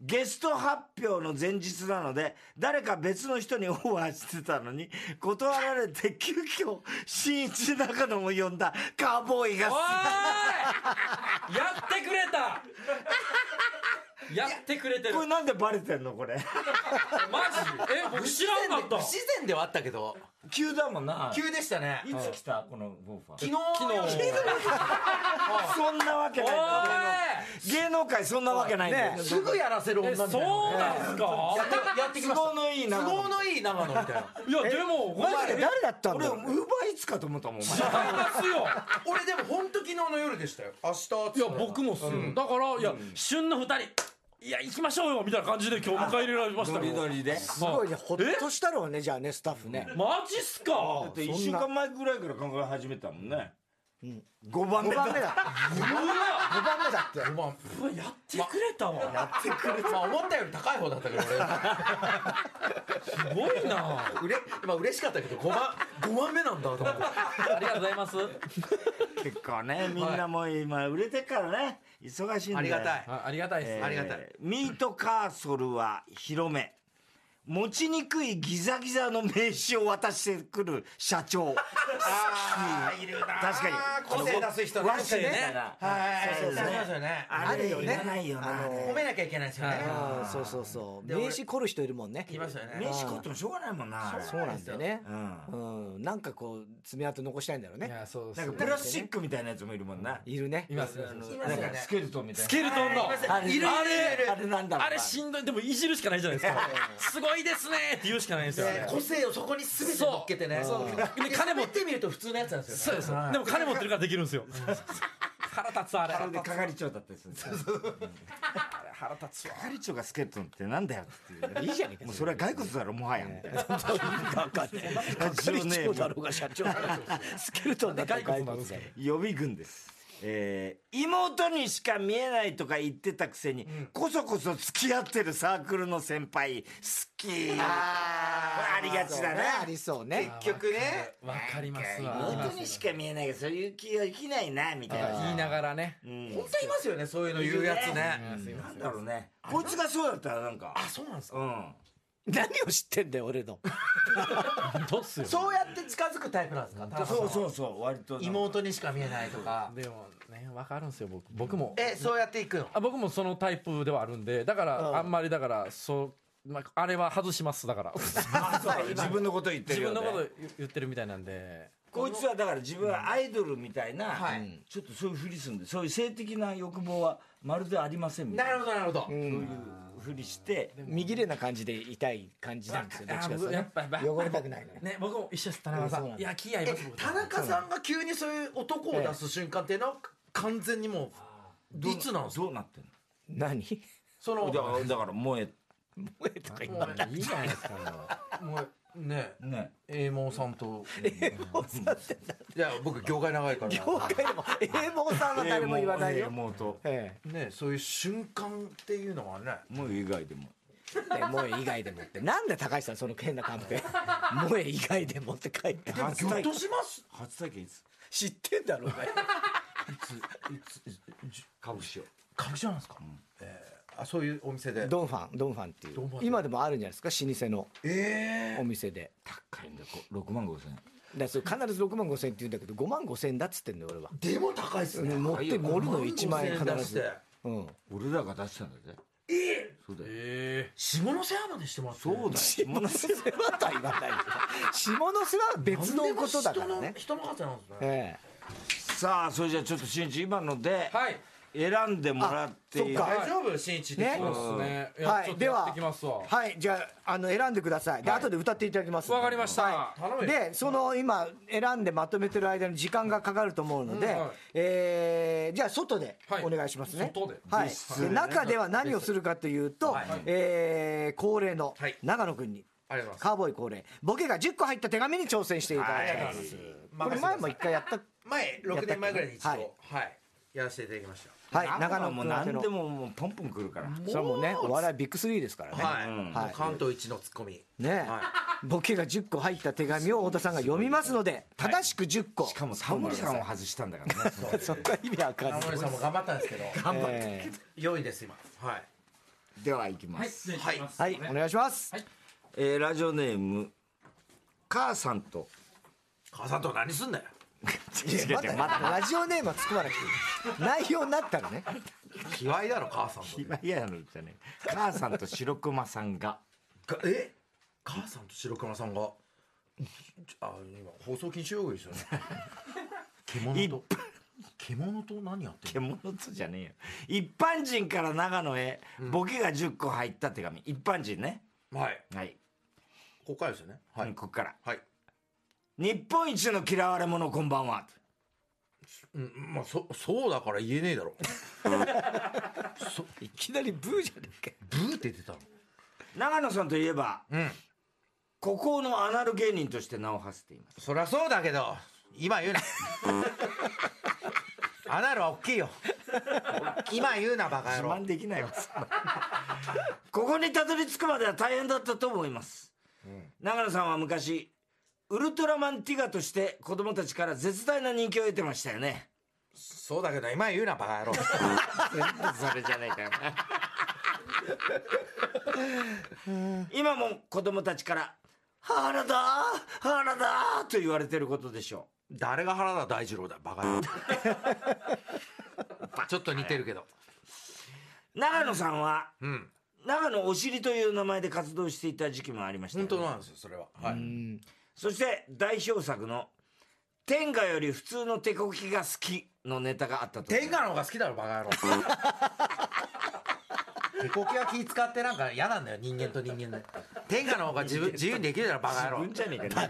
S1: ゲスト発表の前日なので、誰か別の人にオファーしてたのに、断られて急遽、新一中野も呼んだカーボーイが
S3: おーいや *laughs* ってくれたやってくれてる
S1: こ
S3: マ
S1: れなんでバレてんのこれ。
S3: ジえ僕知らんかった
S4: 不自然ではあったけど、
S1: 急だもんな。
S4: 急でしたね。
S1: いつ来たこのオファー。
S4: 昨日、
S3: 昨日
S1: そんなわけ
S3: お
S1: ないんだ
S3: ー
S1: 芸能界そんなわけないんだよ
S2: ね。
S4: すぐやらせる
S3: い
S4: 女
S3: え
S4: みたいな。
S3: そうなんす
S4: や
S3: か
S4: ってやってきました。
S1: 都合のいい長野
S4: 都合のいい長野みたいな。
S3: いやでもお
S2: マジで誰だったん
S1: 俺、
S2: だ
S1: ウー
S2: ろ
S1: バ
S2: う
S1: ーイーツかと思ったもん、お前。
S3: 違いますよ
S4: 俺でも本当昨日の夜でしたよ。明日っつって
S3: いや僕もっすよだからいや旬の二人いや行きましょうよみたいな感じで今日迎え入れられました
S1: ノリノ
S3: よ
S1: リで。
S2: すごいねほっとしたろうねじゃあねスタッフね
S3: マジっすか
S1: だって1週間前ぐらいから考え始めたもんね。 5番
S2: 5
S1: 目だ
S2: 番目だ。5番目だって。
S4: 5番
S3: うわやってくれたわ、
S4: やってくれまあ思ったより高い方だったけど俺
S3: すごいな
S4: *laughs* うれ、まあ、嬉しかったけど5番5番目なんだと思って
S3: ありがとうございます
S1: 結構ね、みんなもう今売れてっからね、忙しいんで。
S4: *laughs* ありがたい
S3: あありがたいです、
S1: えー
S4: ありがたい
S1: ミートカーソルは広め。持ちにくいギザギザの名刺を渡してくる社長。
S4: あーいるな
S1: 確かに
S4: 個性出す人ね
S1: 和紙
S4: ね
S1: ね。
S4: はい
S1: そうそうそう
S4: いますよね
S1: あれ
S2: あるよ
S1: よ
S2: ね
S1: ね。いらないよな。あれ
S4: 褒めなきゃいけないですよね
S2: あーそうそうそう。
S4: で
S2: 名刺凝る人いるもんね。
S4: いますよね
S1: 名刺買ってもしょうがないもんな。あれ
S2: そうなんだよね
S1: う。ん。
S2: うん。なんかこう、爪痕残したいんだろう
S3: い
S2: ね。
S3: やそう
S1: なんかプラスチックみたいなやつもいるもんな。
S2: いるね
S3: い。ます
S1: あの
S4: います
S1: な
S4: よ
S1: ん
S4: ね
S1: かスケルトンみたいな。
S3: スケルトンの
S1: あれ
S3: いる
S1: あ
S3: い
S1: れ、
S3: る
S1: あれなんだろうな
S3: あれしんどいでもいじるしかないじゃないですかすごいですねって言うしかないんですよ、
S4: で個性をそこに全て乗っけてね
S3: で
S4: 金
S3: 金
S4: 持
S3: 持
S4: っ
S3: って
S4: みると普通のやつなんです
S3: そう
S4: よ
S3: です、でも金持ってるからできるんですよ腹立つわあれ
S1: あれで係長だったりするんですよ。
S3: 腹立つわ
S1: 係長がスケルトン係長ってなんだよっていう。
S2: いいじゃねえか
S1: もうそれは骸骨だろ、もはや。みたいな。 *laughs*
S2: なんかね。係長だろうが社長だろうが。スケルトンだから
S3: 骸骨なんですか
S1: 予備軍です。えー妹にしか見えないとか言ってたくせに、こそこそ付き合ってるサークルの先輩、好き。ありがちだね。
S2: ありそうね。
S1: 結局ね。
S3: わかりますわ
S1: なんか妹にしか見えないけど、そういう気ができないな、みたいな。
S3: 言いながらね
S1: うん
S4: 本当いますよねそういうの言うやつね
S1: なんだろうね。こいつがそうだったらなんか。
S4: あそうなんですか
S1: うん。
S2: 何を知ってんだよ、俺の。
S3: どうっすよ
S4: そうやって近づくタイプなんですか
S1: そうそううそう、割と。。
S4: 妹にしか見えないとか
S3: でもねわかるんですよ僕僕も
S4: えそうやっていくの
S3: あ僕もそのタイプではあるんでだから、あんまりだからそう、まあ、あれは外 *laughs* しますだから
S1: あそう自分のこと言って
S3: 自
S1: るよ、
S3: 分
S1: ね。
S3: のこと言言ってるみたいなんで
S1: こいつはだから自分はアイドルみたいな、
S4: はい
S1: うんちょっとそういうふりするんで、そういう性的な欲望はまるでありませんみたい
S4: な
S1: な。
S4: るほどなるほど
S1: そういうふりして、
S2: 見切れな感じで痛い感じなんですよ。どっちかっていうと
S3: やっ
S2: ね
S3: ぱやっぱ
S2: 汚れたくないから。
S3: ね僕も一緒です田中さ
S2: うんそうんなん
S3: いや気合います僕
S4: 田中さんが急にそういう男を出す瞬間っていうのは完全にもう
S1: どう
S4: いつなんですか
S1: どうなってん
S2: 何
S4: その
S1: のだ
S4: も
S1: から、だから萌え、
S2: 萌えとか言っ
S3: いいじゃないですか *laughs* も
S4: うね
S1: ね。
S4: えモンさんと
S2: てたって
S4: いや僕業界長いから
S2: 業界でも英語さんは誰も言わないよ。
S1: 妹。
S2: え
S4: ねそういう瞬間っていうのはね
S1: 萌え以外でも。
S2: え、で萌え以外でもってなんで高橋さんその変なカンペ *laughs* 萌え以外でもって書いて
S4: でもギョッとします
S1: 初体験いつ
S2: 知ってんだろうね
S1: 株式を。
S4: 株式なんですか、えーあそういうお店で
S2: ドンファンドンファンってい
S4: ドンファンっ
S2: う
S4: て
S2: 今でもあるんじゃないですか老舗の
S4: え
S2: お店で
S1: 高いんだよ、6万5千円。
S2: だから必ず6万5千円って言うんだけど5万5千円だっつってんだよ俺は
S4: ーでも高いっすね
S2: 持って盛るの1万円
S4: 5,000出
S2: 必
S4: して
S2: ずうん
S1: 俺らが出したんだぜ。えそうだよ。
S3: え
S4: 下の世話までしてます
S1: そうだよ。
S2: 下の世話とは言わないよ下の世話は別のことだからね
S4: 人の人の数なんですね
S2: ええ
S1: さあ、それじゃあちょっとしんいち、今ので、
S3: はい
S1: 選んでもらっていい
S2: あそっか
S4: 大丈夫新一で
S2: ね
S3: そうですねいや
S2: はい
S3: ちょっと
S2: では
S3: やってきますわ
S2: はいじゃああの選んでくださいで後で歌っていただきます
S3: わかりました、
S4: 頼むよ
S2: でその今選んでまとめてる間に時間がかかると思うので、
S3: うんはい
S2: えーじゃあ外で
S3: はい
S2: お願いしますね、
S3: 外で
S2: はい
S1: 別室で
S2: で中では何をするかというと、えー恒例の
S4: はい
S2: 長野君に、
S4: ありがとうございます
S2: カーボーイ恒例ボケが10個入った手紙に挑戦していただきたいです、これ前も一回やった
S4: 前6年前ぐらいに一度
S2: や
S4: は
S2: っ
S4: い
S2: たっ、
S4: やらせていただきました
S2: はい長野
S1: も
S2: 君宛て
S1: 何
S2: の
S1: でももうポンポン来るから。
S2: それはもうねお笑いビッグスリーですからね、
S4: はい、
S1: うん
S4: もう関東一のツッコミ
S2: ねボケが10個入った手紙を太田さんが読みますので正しく10個、
S1: しかもタモリさんを外したんだからね。
S2: そこは意味わかんな
S4: タ
S2: い
S4: モリさんも頑張ったんですけど
S1: 頑張って。
S2: え
S4: 良いです今はい
S1: *laughs* では行きます。
S3: はい
S2: ーはいお願いします、
S1: えーラジオネーム、母さんと。
S4: 母さんと何すんだよ
S1: *laughs* 違う違う
S2: まだラジオネームは作らなくていい内容になったらね
S4: 卑猥だろ母さんと
S1: 今嫌なのじゃねえ母さんと白熊さんが
S4: がえ母さんと白熊さんがちあ今放送禁止用語です *laughs* よね獣と獣と何やってんの
S1: 獣とじゃねえよ一般人から長野へボケが10個入った手紙一般人ね
S4: はい
S1: はい、
S4: ここからですよねは、
S1: はいい、ここから
S4: はい
S1: 「日本一の嫌われ者こんばんは
S4: うん、まあそそうだから言えねえだろ
S2: いきなりブーじゃねえか
S4: ブーって出たの」
S1: 長野さんといえば
S4: うん
S1: 孤高のアナル芸人として名を馳せています
S4: そりゃそうだけど今 *laughs* 言うな。アナルは大きいよ。今言うな、バカ
S1: 自
S4: 野郎
S1: 慢。できないわ。 *laughs* ここにたどり着くまでは大変だったと思います。長野さんは昔、ウルトラマンティガとして子供たちから絶大な人気を得てましたよね。
S4: そうだけど、今言うな、バカ野郎。
S1: それじゃないかな。今も子供たちから、原田原田と言われてることでしょ
S4: 誰が原田大二郎だよ、バカ *laughs* 野郎。ちょっと似てるけど。
S1: う。長野さんは、
S4: うん。
S1: 長野お尻という名前で活動していた時期もありましたよ
S4: 本
S1: ね、
S4: 当なんですよ、それは。はい。
S1: そして代表作の「天下より普通の手こきが好き」のネタがあったと
S4: 天下の方が好きだろ、バカ野郎。手こきは気使ってなんか嫌なんだよ、人間と人間で。天下の方が自分、自由にできるだろ、バカ野郎。
S1: じゃねえか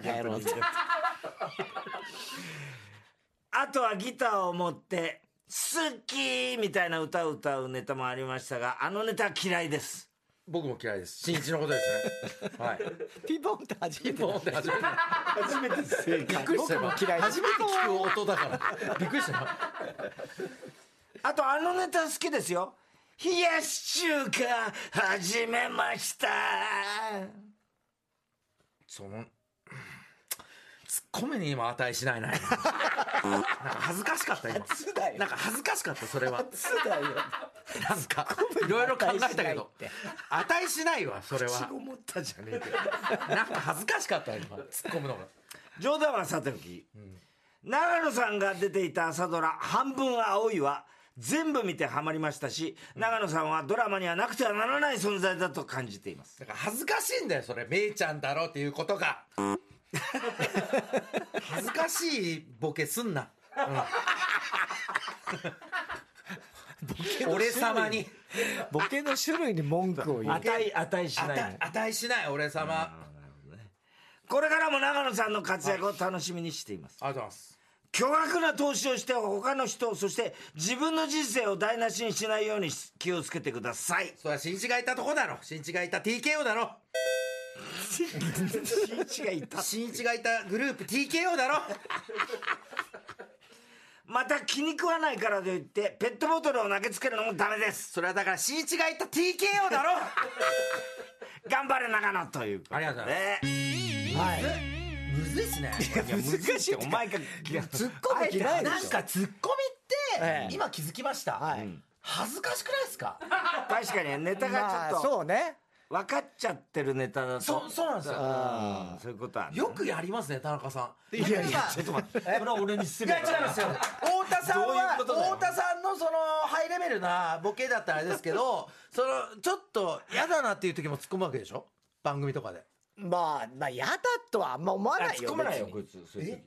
S1: あとはギターを持って「好き」みたいな歌を歌うネタもありましたがあのネタは嫌いです
S4: 僕も嫌いです。新一のことですね。はい。
S2: ピンポンって初めて
S4: もうね初めて。
S1: 初めて正
S4: びっくりしたよ
S2: 僕も嫌いです
S4: 初めて聞く音だから。びっくりしたよ
S1: あとあのネタ好きですよ「冷やし中華始めました」
S4: その、ツッコミに今値しないな。今なんか恥ずかしかった、今。
S2: だよ
S4: なんか恥ずかしかった、それは。
S2: そうだよ
S4: なんか、いろいろ考えたけど。値しないわ、それは。
S1: 思ったじゃねえか
S4: なんか恥ずかしかった、今。突っ込むのが。
S1: 冗談はさておき、長野さんが出ていた朝ドラ「半分青い」は全部見てハマりましたし、長野さんはドラマにはなくてはならない存在だと感じています
S4: だから恥ずかしいんだよ、それ。めいちゃんだろっていうことが。恥ずかしいボケすんな。うん俺様に。
S2: ボケの種類に文句を言う
S1: 値値し
S4: 値値しない、俺様。
S1: これからも長野さんの活躍を楽しみにしています
S4: ありがとうございます。
S1: 巨額な投資をして他の人そして自分の人生を台無しにしないように気をつけてください
S4: それは新一がいたとこだろ。新一がいた TKO だろ。
S1: 新一がいた
S4: 新一がいたグループ TKO だろ。
S1: また気に食わないからといってペットボトルを投げつけるのもダメです
S4: それはだから新一がいた TKO だろ。
S1: 頑張れ長野ということで
S4: ありがとうござい
S1: ます
S2: はい
S4: むずいっすね。
S1: 難しいお前が
S2: 突っ込む気ないで
S4: なん
S2: しょ
S4: かツッコミ
S2: え
S4: っ
S2: え
S4: て、今気づきました。
S2: はい
S4: 恥ずかしくないで
S1: *laughs*
S4: すか
S1: 確かにネタ
S2: ま
S1: が
S2: あ
S1: ちょっと
S2: そうね
S1: 分かっちゃってるネタだと
S4: そう、そうなんですよ。
S1: うんそういうことは
S4: よくやりますね、田中さん。い
S2: やいや
S1: ちょっと待ってそれは俺に失
S4: い
S1: 礼
S4: や違いま
S1: *laughs*
S4: すよ。太田さん
S1: どういう
S4: は、
S1: ことだよ
S4: 太田さんのその、ハイレベルなボケだったらあれですけど、 *laughs* その、ちょっと、嫌だなっていう時も突っ込むわけでしょ番組とかで。
S2: まあまあ嫌だとはあんま思わない
S1: 突っ
S2: よ
S1: 込まないよ
S2: 別に
S1: こいつそういう時
S4: 突っ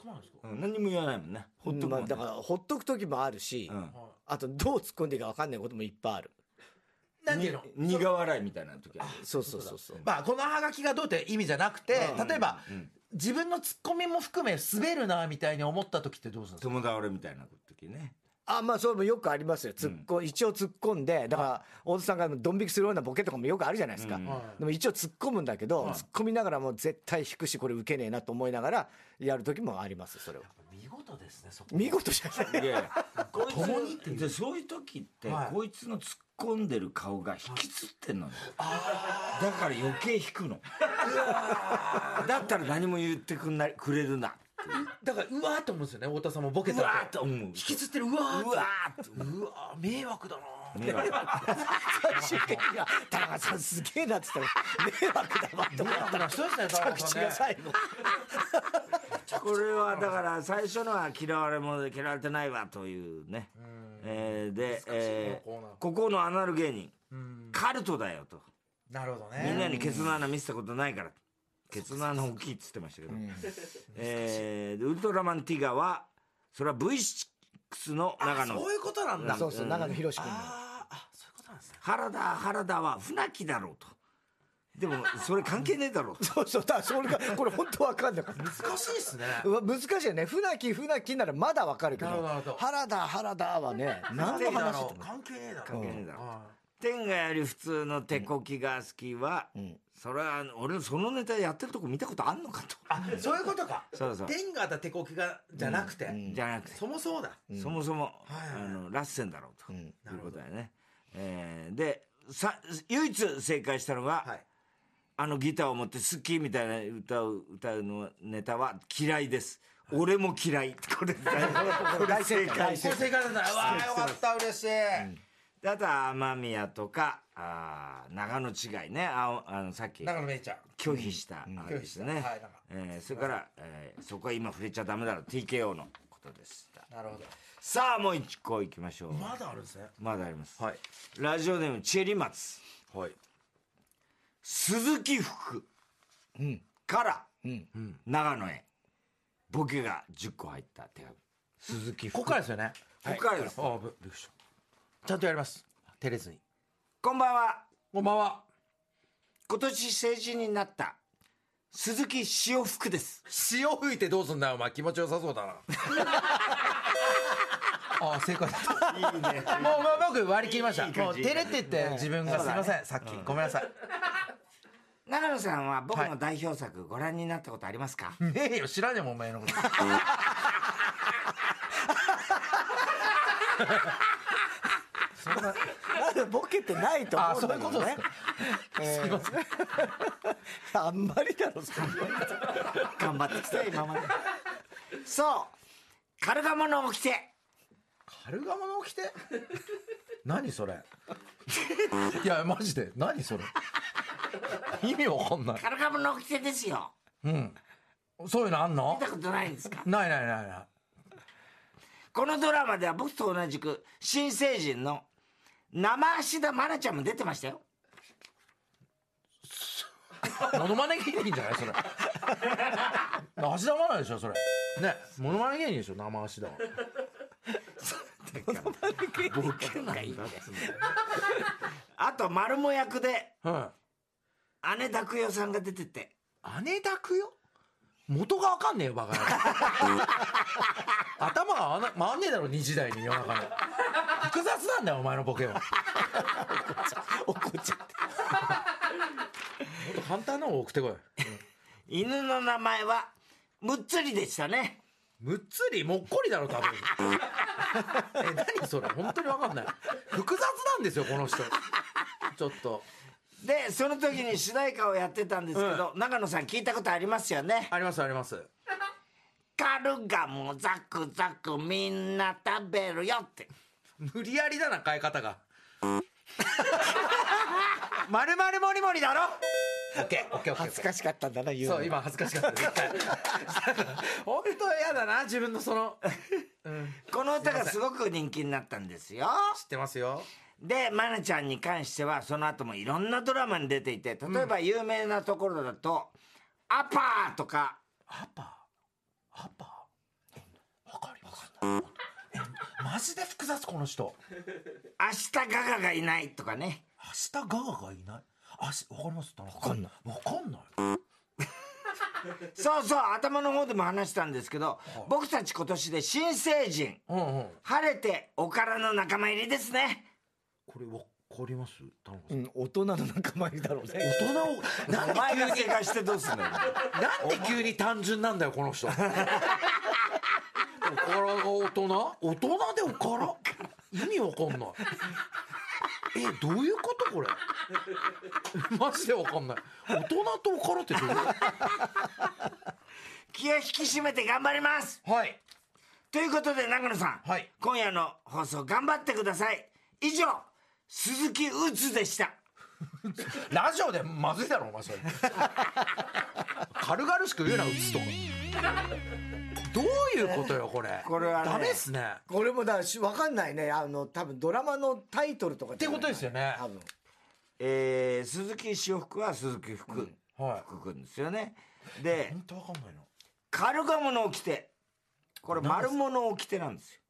S4: 込まないですか
S1: うん何も言わないもんねほっとく
S2: ま
S1: も
S2: あ
S1: んね
S2: だからほっとく時もあるし
S1: うん
S2: あとどう突っ込んでいいか分かんないこともいっぱいある
S4: なんていうの
S1: に苦笑いみたいな時ある
S2: そうそうそうそう
S4: まあ、このハガキがどうって意味じゃなくて、例えば、
S1: ん
S4: 自分のツッコミも含め滑るな、みたいに思った時ってどうするんですか
S1: 友倒れみたいな時ね
S2: あまあそれもよくありますよ突っ込、一応突っ込んでだから太田さんがドン引きするようなボケとかもよくあるじゃないですか、
S1: うん
S2: でも一応突っ込むんだけど、突っ込みながらもう絶対引くしこれ受けねえなと思いながらやる時もありますそれは
S4: 見事ですね、そこ。
S2: 見事じゃない
S1: いやいやこいつ
S4: 共にっていう
S1: でそういう時って
S4: はい
S1: こいつの突っ込んでる顔が引きつってんのよだから余計引くのだったら何も言ってくんないくれるな
S4: だから、うわーって思うんですよね、太田さんもボケ
S1: う
S4: た
S1: わ
S4: ら。
S1: ーっと思う
S4: 引きつってる、うわーって
S1: うわーっと
S4: うわー迷惑だなー
S1: 迷惑
S2: 最終的には「田中さんすげえな」っつったら迷惑だわと思
S4: 迷惑な人ですね、田中
S2: う口
S4: さん
S2: が
S4: ね。
S2: 最後
S1: これはだから最初のは嫌われ者で嫌われてないわというね、えーで、えー
S4: このコーナー
S1: ここのアナル芸人
S4: ん
S1: カルトだよと
S4: なるほどね。
S1: みんなにケツの穴見せたことないからケツの穴大きいっつってましたけど、えーでウルトラマンティガはそれは V6 の長野
S4: そういうことなんだ。
S2: そうそう長野博君の
S4: あーあ、そういうことなんですね。
S1: 原田原田は船木だろうとでもそれ関係ねえだろうと
S2: そうそうだからそれがこれ本当わかんなかった
S4: 難しいですね。
S2: うわ難しいよね船木船木ならまだわかるけど
S4: なるほどなるほど
S2: 原田原田はね何の
S4: 関係ねえだ
S2: 話
S4: ろう関係ねえだろ
S1: 関係ねえだろう
S4: あ
S1: 天がより普通の手こきが好きは、それは、俺、そのネタやってるとこ見たことあんのかと。
S4: あ、そういうことか。
S1: そうそう
S4: 天がた手こきが、じゃなくて。
S1: じゃなくて、
S4: そもそうだ。
S1: そもそも、
S4: いはいはい
S1: あの、ラッセンだろうと、
S4: ん
S1: いうことだよね。えーで、さ、唯一正解したのが、
S4: はい。
S1: あのギターを持って好きみたいな歌を歌うのネタは嫌いです。俺も嫌い。これ、
S4: *laughs*
S1: これ正解
S4: これ正解だった。うわーよかった、嬉しい。
S1: あとは雨宮とか、あー長野違いね。ああの、さっき
S4: 中野めいちゃん。
S1: 拒否したあれですね
S4: 拒否したはいなんか。
S1: えーそれから、えーそこは今触れちゃダメだろう。TKO のことでした。
S4: なるほど。
S1: さあ、もう一個行きましょう。
S4: まだあるんですね。
S1: まだあります。
S4: はい。
S1: ラジオネーム、チェリマツ。
S4: はい。
S1: 鈴木福から、うん長野へボケが10個入った手紙鈴木
S4: こ
S1: 福
S4: こからですよね。
S1: ここからです
S4: ああ、びびっくりした。ちゃんとやります。照れずに。
S1: こんばんは
S4: こんばんは。
S1: 今年成人になった鈴木潮福です
S4: 潮吹いてどうすんだよ、お前。気持ちよさそうだな。ああ、正解だった。いいね。もう、もう僕割り切りました。
S1: いい
S4: も
S1: 感
S4: う
S1: じ
S4: 照れてて、自分がすいません、さっき。ごめんなさい。
S1: 長野さんは僕の代表作ご覧になったことありますか、
S4: ねえよ、知らねえもん、お前のこと。
S2: なんでボケてないと思うんだけどね。 *laughs*
S4: すいません。
S2: あんまりだろ、それ
S1: 頑張ってきた *laughs* 今までそうカルガモの掟
S4: カルガモのて何それいやマジで何それ意味わかんない
S1: カルガモの掟ですよ
S4: そういうのあんの
S1: 見たことないんですか
S4: ないないないな
S1: このドラマでは僕と同じく新成人の生足田愛菜ちゃんも出てましたよ
S4: いモノマネ芸人じゃないそれ足玉ないでしょそれねモノマネ芸人でしょ生足玉
S1: ボケなんだっつうの *laughs* あとマルモ役で
S4: は
S1: 姉拓代さんが出てて
S4: い姉抱くよ元がわかんねえよバカ野郎頭が合わな回んねえだろ二時代に世の中に複雑なんだよお前のボケは
S2: *laughs* 怒っちゃって。
S4: もっと簡単なの送ってこい
S1: 犬の名前はむっつりでしたね
S4: むっつりもっこりだろ *laughs* 多分え何それ本当に分かんない複雑なんですよこの人ちょっと
S1: でその時に主題歌をやってたんですけど、長野さん聞いたことありますよね
S4: ありますあります
S1: カルガモザクザクみんな食べるよって
S4: 無理やりだな変え方がまるまるもりもりだろオッケーオッケーオッケー
S2: 恥ずかしかったんだな、言うの
S4: そう今恥ずかしかった絶対本当嫌だな自分のその
S1: この歌がすごく人気になったんですよ
S4: 知ってますよ
S1: で、まなちゃんに関しては、その後もいろんなドラマに出ていて、例えば有名なところだと、アパーとか、
S4: アパアパわかりますえマジで複雑この人
S1: 明日ガガがいないとかね。
S4: 明日ガガがいないあし、わかりますわかんない。わかんない。
S1: そうそう、頭の方でも話したんですけど、僕たち今年で新成人、
S4: うんうん。
S1: 晴れておからの仲間入りですね。
S4: これわかります田中さ
S2: うんん、大人の仲間いるだろうね。
S4: 大人を、な
S1: お前が正解してどうすんのよ。
S4: なんで急に単純なんだよ、この人。おからが大人大人でおから意味わかんない。え、どういうことこれ。マジでわかんない。大人とおからってどういうこ
S1: 気を引き締めて頑張ります
S4: とはい。
S1: ということで、長野さん、
S4: はい
S1: 今夜の放送頑張ってください。以上、鈴木うつでした。
S4: ラジオでまずいだろ、お前それ。軽々しく言うな、うつとか。どういうことよ、これ。
S1: これはね
S4: ダメっすね。
S2: *laughs* これもだし、わかんないね。あの、多分ドラマのタイトルとかっ
S4: ってことですよね。
S2: 多分。
S1: えー、鈴木潮福は鈴木福、
S4: はい。
S1: 福くんですよね。で、
S4: 本当わかんないな。
S1: カルガモの掟。これ、丸物掟なんですよ。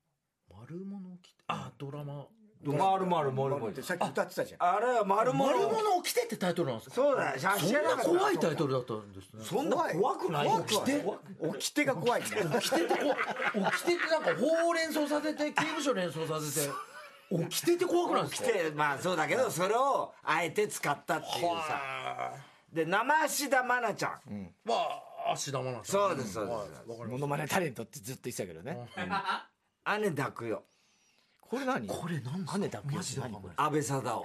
S4: 丸物を着て。あ、ドラマ。
S1: 丸丸丸
S2: 俺もさっき歌ってたじゃん。
S1: あれは丸物。
S4: 丸物を着てってタイトルなんですか
S1: そうだ、写
S4: そん
S1: 真
S4: な怖いタイトルだったんですね。
S1: そんな怖くないよ。
S2: 起きて起きてが怖いね。
S4: 着てってこう、起きてってなんか法を連想させて、刑務所連想させて、起きてって怖くないです
S1: 来
S4: か
S1: て、まあそうだけど、それをあえて使ったっていうさ。
S4: は
S1: で、生足田愛菜ちゃん。
S4: まあ、芦田愛菜ちゃん。
S1: そうですそうです
S4: はいわ
S2: モ
S4: かりまし
S2: ノマネタレントってずっと言ってたけどね。
S1: 姉抱くよ。
S2: これ何
S4: たこれなん
S2: 姉抱くよ
S4: マジでわかんない
S1: 安倍貞夫。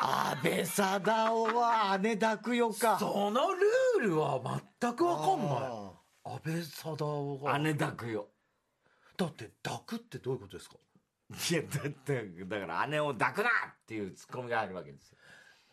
S2: 安倍貞夫は姉抱くよか。
S4: そのルールは全くわかんない。
S2: あ
S4: 安倍貞夫が。
S1: 姉抱くよ。
S4: だって、抱くってどういうことですか
S1: いや、だって、だから姉を抱くなっていうツッコミがあるわけですよ。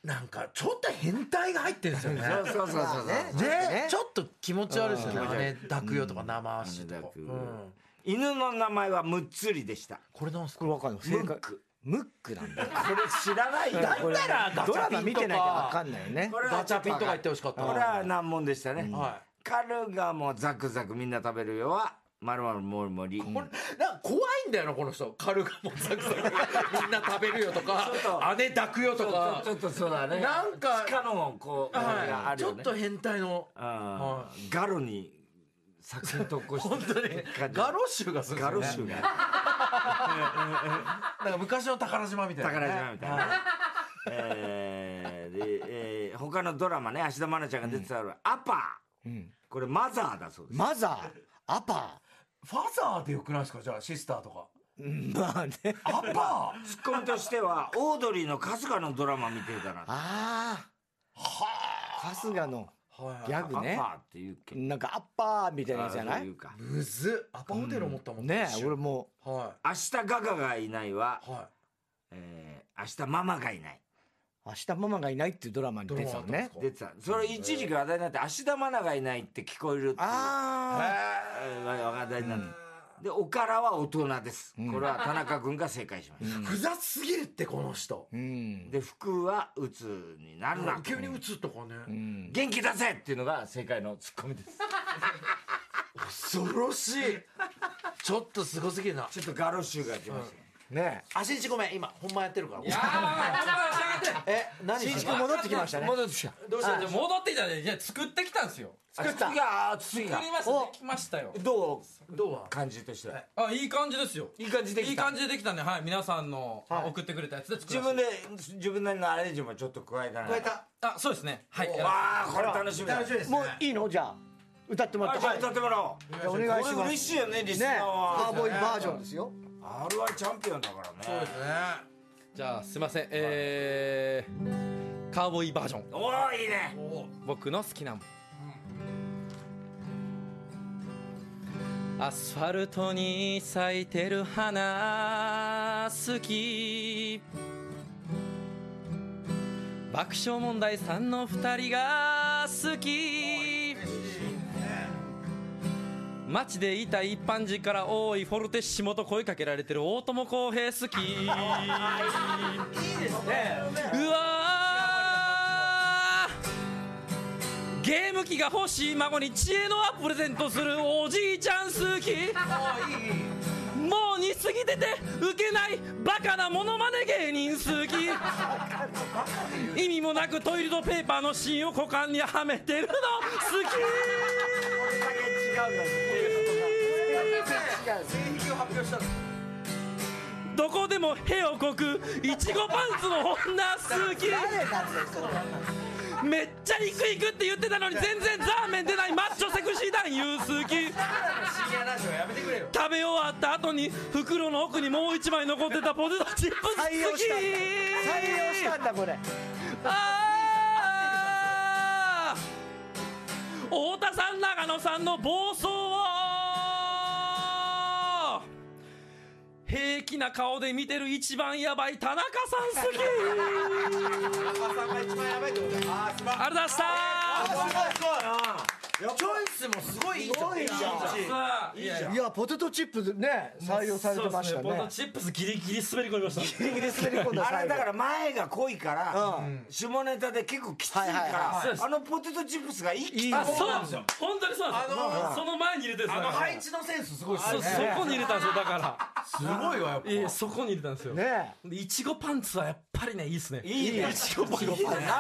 S4: なんか、ちょっと変態が入ってるんですよね。
S1: そうそうそうそう。
S2: ね
S4: ね、ちょっと気持ち悪いですよ
S1: うん
S4: ね。姉抱くよとか生
S1: 姉
S4: 足とか
S1: 抱。く
S4: う
S1: よ
S4: ん
S1: 犬の名前はむっつりでした。
S4: これなんす
S2: こ
S4: か
S2: れわかんない。
S1: ム
S2: 正
S1: ッ
S2: 解。
S1: ク。
S2: ムックなんだ。
S1: これ知らないん
S4: *laughs*
S1: だ。
S2: これ
S4: ら
S2: ドラマ見てないとわかんないよね。
S1: これは
S4: ガチャピンとか言ってほしかったな。
S1: これは難問でしたね。
S4: は
S1: カルガモザクザクみんな食べるよは、まるまるもりもり。
S4: い。これ、なんか怖いんだよな、この人。カルガモザクザク。みんな食べるよとか
S1: ちょっ、
S4: 姉抱くよとか
S1: ち。ょっとそうだね。
S4: なんか
S1: 地下のこう、あれがあ
S4: はい
S1: る
S4: ちょ
S1: よ
S4: っ
S1: ね。
S4: と変態の。
S1: あーガロに作品投稿して
S4: 本当に
S1: 感。じ
S4: ガロシュがするんです
S1: ガ
S4: よね
S1: ロ集が
S4: なんか昔の宝島みたいなね。
S1: 宝島みたいなね
S4: は。
S1: えーで、えー他のドラマね、芦田愛菜ちゃんが出てたのは、アパー。これマザーだそうです。
S2: マザー、アパ
S4: ファザーでよくないですかじゃあ、シスターとか。
S2: ー。うんまあね。
S4: アパー
S1: ツッコミとしては、オードリーの春日のドラマ見てたな。
S2: ああ。春日の
S4: はい
S2: ギャグ
S1: ア
S2: ね
S1: パ。ーっていうけ
S2: なんかアッパーみたいなやつじゃな
S1: そう
S2: い
S1: いうか
S4: むずっアパホテル思ったもん
S2: ね
S4: 一瞬
S2: 俺も
S4: は。、
S1: 明日ガガがいないはい
S4: は
S1: えー明日ママがいない。
S2: う、明日ママがいないっていうドラマに出てたのね。
S1: 出てた。それ一時期話題になって、芦田愛菜がいないって聞こえるっていう。
S2: あ
S1: えー話題になって。で、おからは大人です。これは田中君が正解しまし
S4: い。
S1: た。
S4: 複雑すぎるって、この人。
S2: あ。うん。
S1: で、服は鬱になるな。
S4: 急に打つとかね。
S1: 元気出せっていうのが正解のツッコミです。
S4: 恐ろしい。ちょっとすごすぎるな。
S1: ちょっとガロシューが来ましたね。
S2: ね
S4: あ、しんちごめん。今、本番やってるから。え、何
S2: え。新築戻ってきましたね。
S1: 戻ってきた。
S3: どうしたじゃあ戻ってきたねいや作ってきたんですよ
S2: 作った
S1: 次が、次が
S3: 作り。ましたできましたよ
S1: ど
S4: どうは
S1: う感じとしては。
S3: あいい感じですよ
S1: いい感じできた。
S3: いい感じでできたねはい皆さんの
S2: はい
S3: 送ってくれたやつで作り
S1: 自
S3: まし
S1: 分で、自分なりのアレンジもちょっと加えたな。
S4: 超え。た。
S3: たあそうですねはいやらせて
S1: わあ、これ楽しみだ。
S4: 楽しみですね。
S2: もういいのじゃあ歌ってもら
S1: あ
S2: っ
S1: じ
S2: て。
S1: ゃあ
S2: はい
S1: 歌ってもらおう。
S2: じゃあお願いし
S1: これ
S2: ま
S1: 嬉
S2: す。
S1: しいよね、リスナ
S2: ね
S1: ー、
S2: カ
S1: は
S2: ー。ボーイバージョンですよ。
S1: R1 チャンピオンだからね。
S4: そうですね。
S3: じゃあすいませんえーカーボーイバージョン
S1: おお、いいね。
S3: 僕の好きなものアスファルトに咲いてる花好き爆笑問題さんの二人が好き街でいた一般人から多いフォルテッシモと声かけられてる大友康平好きうわーゲーム機が欲しい孫に知恵の輪プレゼントするおじいちゃん好きもう似すぎててウケないバカなモノマネ芸人好き意味もなくトイレットペーパーの芯を股間にはめてるの好きどこでも屁をこくいちごパンツの女好きめっちゃ行く行くって言ってたのに全然ザーメン出ないマッチョセクシー男優好き
S4: 深夜ラジオやめてくれよ。
S3: 食べ終わった後に袋の奥にもう一枚残ってたポテトチップス好き
S2: 採用したんだ。採用したんだこれ。
S3: あー太田さん長野さんの暴走を平気な顔で見てる一番やばい田中さん好き
S4: 赤さんが一番やばいってことだよ。あー、すば
S3: ありがとうございました
S4: チョイスもすごいいいじゃん。
S2: すごいじゃん
S3: さあいやいや
S2: いやポテトチップね採用されてましたね。
S3: そうですねポテトチップスギリギリ滑り込みました
S2: ギリギリ滑り込んだ
S1: あ
S2: 最
S1: れ
S2: 後
S1: だから前が濃いから、
S2: うん
S1: 下ネタで結構きついから、
S2: はいはいはい
S3: そうです
S1: あのポテトチップスが一気
S2: い
S1: に
S2: い
S3: あそうなんですよ本当にそうなんですよ
S4: あのー
S3: まあその前に入れてるんです
S4: あ
S3: よ
S4: の
S3: だから
S4: 配置のセンスすごいっす
S3: そ
S4: よ
S3: う
S4: ね。
S3: そこに入れたんですよだか
S4: すごいわ、やっぱ。
S3: らいやそこに入れたんですよ
S2: ね
S3: でいちごパンツはやっぱパリね、いいっすね。
S1: いいね。なん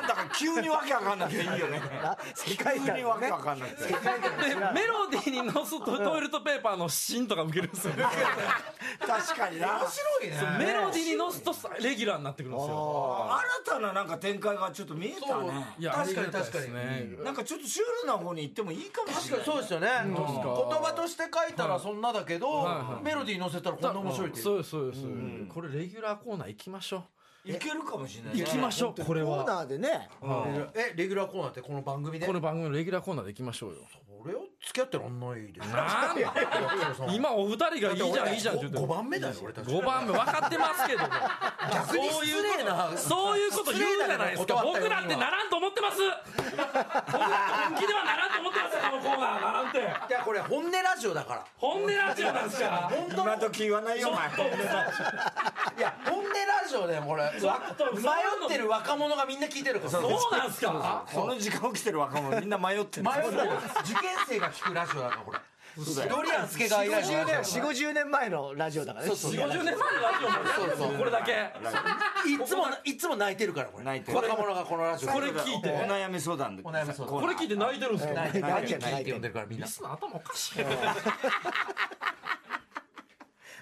S1: だか急にわけわかんなくていいよね。
S2: 世
S1: 急
S2: 界観
S1: にわけ
S2: ね
S1: わかんなくて。
S3: で、 *laughs* メロディーに乗すとトイレットペーパーの芯とか受けるんです
S4: *laughs*
S3: よ。
S1: 確かにな。
S4: 白いね。
S3: メロディーに乗すとレギュラーになってくるんですよ。
S1: 新たななんか展開がちょっと見えたね。
S3: いや
S4: 確かに
S3: ありがたいです
S4: 確か
S3: ね。
S1: なんかちょっとシュールな方に行ってもいいかもしれ
S4: 確か
S1: な
S4: に
S1: い。
S4: そうですよね、言葉として書いたらそんなだけど、
S3: はいはい
S4: メロディー乗せたらこんな面白いっていう
S3: そうですそうです、これレギュラーコーナー行きましょ
S1: いけるかもしれな
S3: う
S1: い。
S3: 行きましょうこれ
S2: コー
S3: は
S2: ナーでね、
S4: えレギュラーコーナーってこの番組で
S3: この番組のレギュラーコーナーで行きましょう
S4: *laughs*
S3: よ
S4: 俺を付き合ってらんないでしょ
S3: なんで今お二人がいいじゃんいいじゃんって言って
S4: 5番目だよ俺たち
S3: 5番目分かってますけども
S4: 逆に失礼な
S3: そういうこと言うじゃないですか
S4: 失礼
S3: 僕
S4: だ
S3: ら
S4: ね断ったよ
S3: ってならんと思ってます僕ら本気ではならんと思ってますよこのコーナーなんて
S4: いやこれ本音ラジオだから
S3: 本音ラジオなんですから
S4: 本当
S1: 今時言わないよ、お前。
S4: いや本音ラジオだよこ
S3: *laughs*
S4: れ
S3: と
S4: 迷ってる若者がみんな聞いてるから
S3: そ
S4: そう
S3: なんですか
S1: この時間起きてる若者みんな迷ってる。
S4: 迷ってる受験生が聞くラジオだからこれドリアン助川以外
S2: 40年
S4: のラジオ
S2: 4 50年前のラジオだからね
S4: そうそう
S3: 4050年前のラジオもやるんですよこれだけ
S4: いつもいつも泣いてるからこれ
S1: 泣いてる
S4: 若者がこのラジオ
S3: これ聞いて
S1: お悩み相談で。
S4: お悩み相談
S1: コー
S3: こ
S1: ナ
S3: れ
S1: ー
S3: 聞いて泣いてるんですか
S4: 泣いてる
S1: 泣
S4: 何
S1: い
S4: キ
S1: て
S4: ー
S1: る
S4: って呼んでるからみんな
S3: リスナー頭おかしい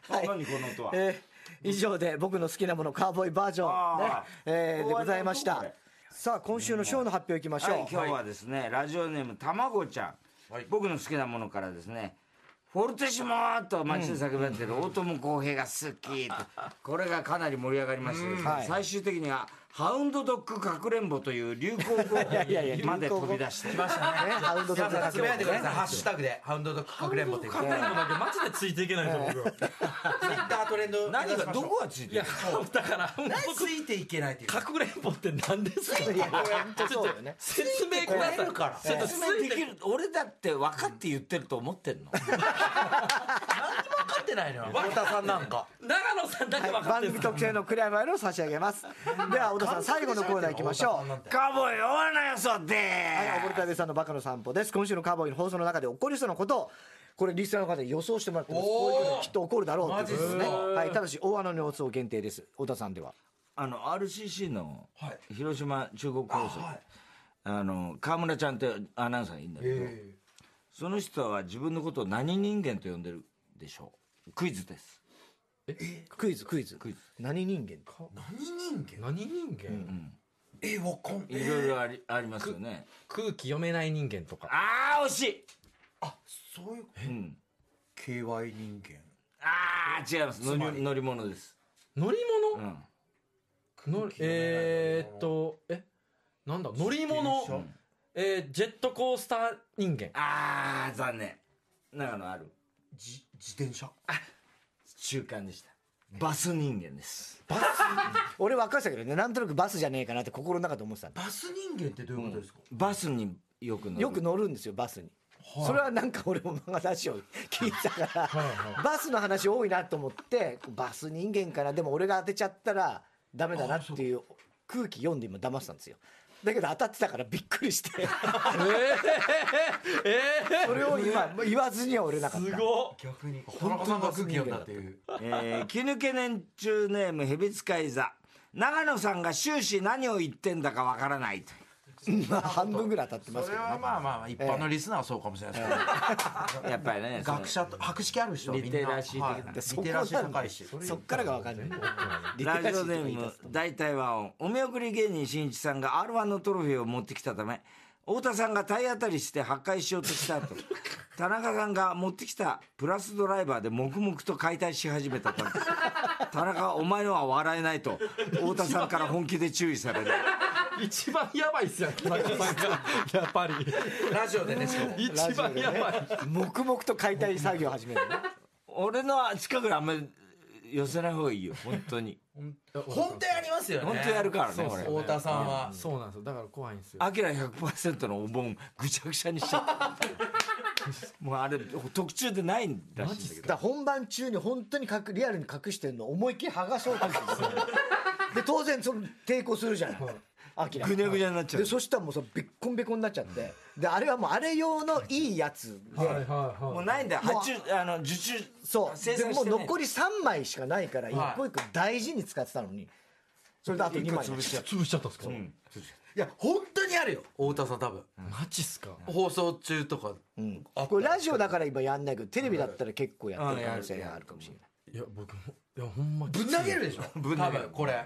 S1: あ何この音は。
S2: えー以上で僕の好きなものカーボーイバージョン、ね
S1: あー
S2: えーでございまし
S1: こ
S2: た
S1: れはどうこ
S2: さあ今週のショーの発表いきましょう、
S1: はい、今日はですね、ラジオネームたまごちゃん、
S4: はい
S1: 僕の好きなものからですね「フォルテシモー!」と街で叫ばれてる大友康平が好きとこれがかなり盛り上がりましてですね、
S2: はい
S1: 最終的には「ハウンドドッグかくれんぼ」という流行
S2: いやいや
S1: 語まで
S2: 流行語
S1: 飛び出して
S4: ましたね
S2: ねハウンドドッグ
S4: 皆さん
S2: か
S4: つ
S2: けよ
S4: ぶやいて
S2: う
S4: くだ
S2: ね
S4: さい「ハッシュタグでハウンドドッグかくれんぼ」っていうツイ
S3: 片方だけマジでついていけないんですよ僕
S4: ッタートレンド
S1: 何がど
S4: こ
S1: こがついて
S3: い
S1: る
S3: やだから
S4: 何ついていけないっていう
S3: かくれんぼって何ですか
S2: いやこれ本当そうだよね
S3: 説明くだ
S4: つ
S3: さ
S4: いてこれ
S3: い
S4: るから
S3: ちょっとつ
S1: 説明
S3: い
S1: で
S3: て
S1: きる俺だって分かって言ってると思ってんの
S4: 何にも分かってないのよ太田さんなんか
S3: 長野さんだけ分かっ
S2: 番
S3: てる
S2: 組特製のクレアマイルを差し上げますでは小田さん最後のコーナーいきましょう
S1: カボイ終わなよそうで
S2: はい、溺れたべさんのバカの散歩です。今週のカーボーイの放送の中で起こりそうなことを、これリスナーの方に予想してもらってます。
S4: お
S2: こ
S4: ー
S2: ういうこときっと起こるだろうっていうことですね。
S4: マジっす
S2: はい、ただし、大穴の予想限定です。小田さんでは。
S1: あの RCC の
S4: はい
S1: 広島中国放送、
S4: あはい
S1: あの川村ちゃんってアナウンサーがいいんだけど、
S4: え
S1: その人は自分のことを何人間と呼んでるでしょうクイズです。
S2: クイズ、クイズ。
S1: クイズ
S2: 何人間か。
S4: 何人間
S3: 何人間、
S4: えわかん
S1: いろいろありありますよね。
S3: 空気読めない人間とか
S1: ああ、惜しい、
S4: あそういう
S1: うん、
S4: KY 人間
S1: ああ、違います乗り。乗り物です。
S3: 乗り
S1: う
S3: 物、
S1: ん、
S3: のえー、っとえなんだ乗り物
S4: 自転車、
S3: えージェットコースター人間
S1: ああ、残念。長野ある
S4: じ自転車
S1: 習慣でした。バス人間です。
S2: *laughs* 俺分かってたけどね、なんとなくバスじゃねえかなって心の中で思ってたんだ
S4: バス人間ってどういうことですか
S1: バスによく乗る。
S2: よく乗るんですよ、バスに。それはなんか俺も話を *laughs* 聞いたから、バスの話多いなと思って、バス人間かな。でも俺が当てちゃったらダメだなっていう空気読んで今騙したんですよ。だけど当たってたからびっくりして。
S3: えー、え
S2: それを今言わずには折れなか
S3: ー、
S2: った
S3: すごっ
S4: 逆に田中さんが空気読んだっていう
S1: えー、気抜け年中ネームヘビ使い座長野さんが終始何を言ってんだかわからないと
S2: まあ半分ぐらい当たってます
S4: そ
S2: け
S4: れ
S2: ど
S4: はまあまあ一般のリスナーはそうかもしれないですけど
S1: やっぱりねその
S4: 学者と博識ある人はみんな
S1: リテラシー的な
S4: はい
S2: で
S4: リテラシー高いし
S2: そこなんだよそっからが分かんない
S1: ラジオネーム大体和音お見送り芸人しんいちさんが r 1のトロフィーを持ってきたため太田さんが体当たりして破壊しようとした *laughs* 後田中さんが持ってきたプラスドライバーで黙々と解体し始めたため田中はお前のは笑えないと太田さんから本気で注意される
S3: 一番やばいっすよ田中さんが *laughs* やっぱり
S4: ラジオでねしかも
S3: 一番やばい
S2: 黙々と解体作業を始めるね
S1: 俺の近くにあんまり寄せない方がいいよ本当に
S4: 本当やりますよね
S1: 本当やるからねこれ
S4: 太田さんは
S3: そうなんですよだから怖いんですよ
S1: アキラ100%のお盆ぐちゃぐちゃにしちゃったもうあれ特注でないらしいん
S2: だ
S1: だけど
S2: から本番中に本当に隠リアルに隠してるのを思いっきり剥がそうとするんですよで当然その抵抗するじゃないアキラ
S1: ぐにゃぐにゃになっちゃう
S2: でそしたらもうそのべっこんべこになっちゃってであれはもうあれ用のいいやつで
S3: はいはい
S1: も
S3: は
S1: う
S3: い
S1: ないんだよ。発注、あの、受注、
S2: そう
S1: 生
S2: で
S1: 産して
S2: もう
S1: ない
S2: 残り3枚しかないから一個一個大事に使ってたのにそれであと2枚
S1: 一個潰しちゃった
S5: 潰しちゃったんですか、
S1: うん
S4: いや本当にあるよ太田さん多分、
S5: マジっすか
S4: 放送中とか、
S2: うん
S4: あった
S2: これラジオだから今やんないけどテレビだったら結構やってる可能性
S1: うん
S2: があるかもしれ
S5: い
S2: ない
S5: や僕もいやほんま
S4: ぶん投げるでしょ
S1: ぶん投げる
S4: 多分これ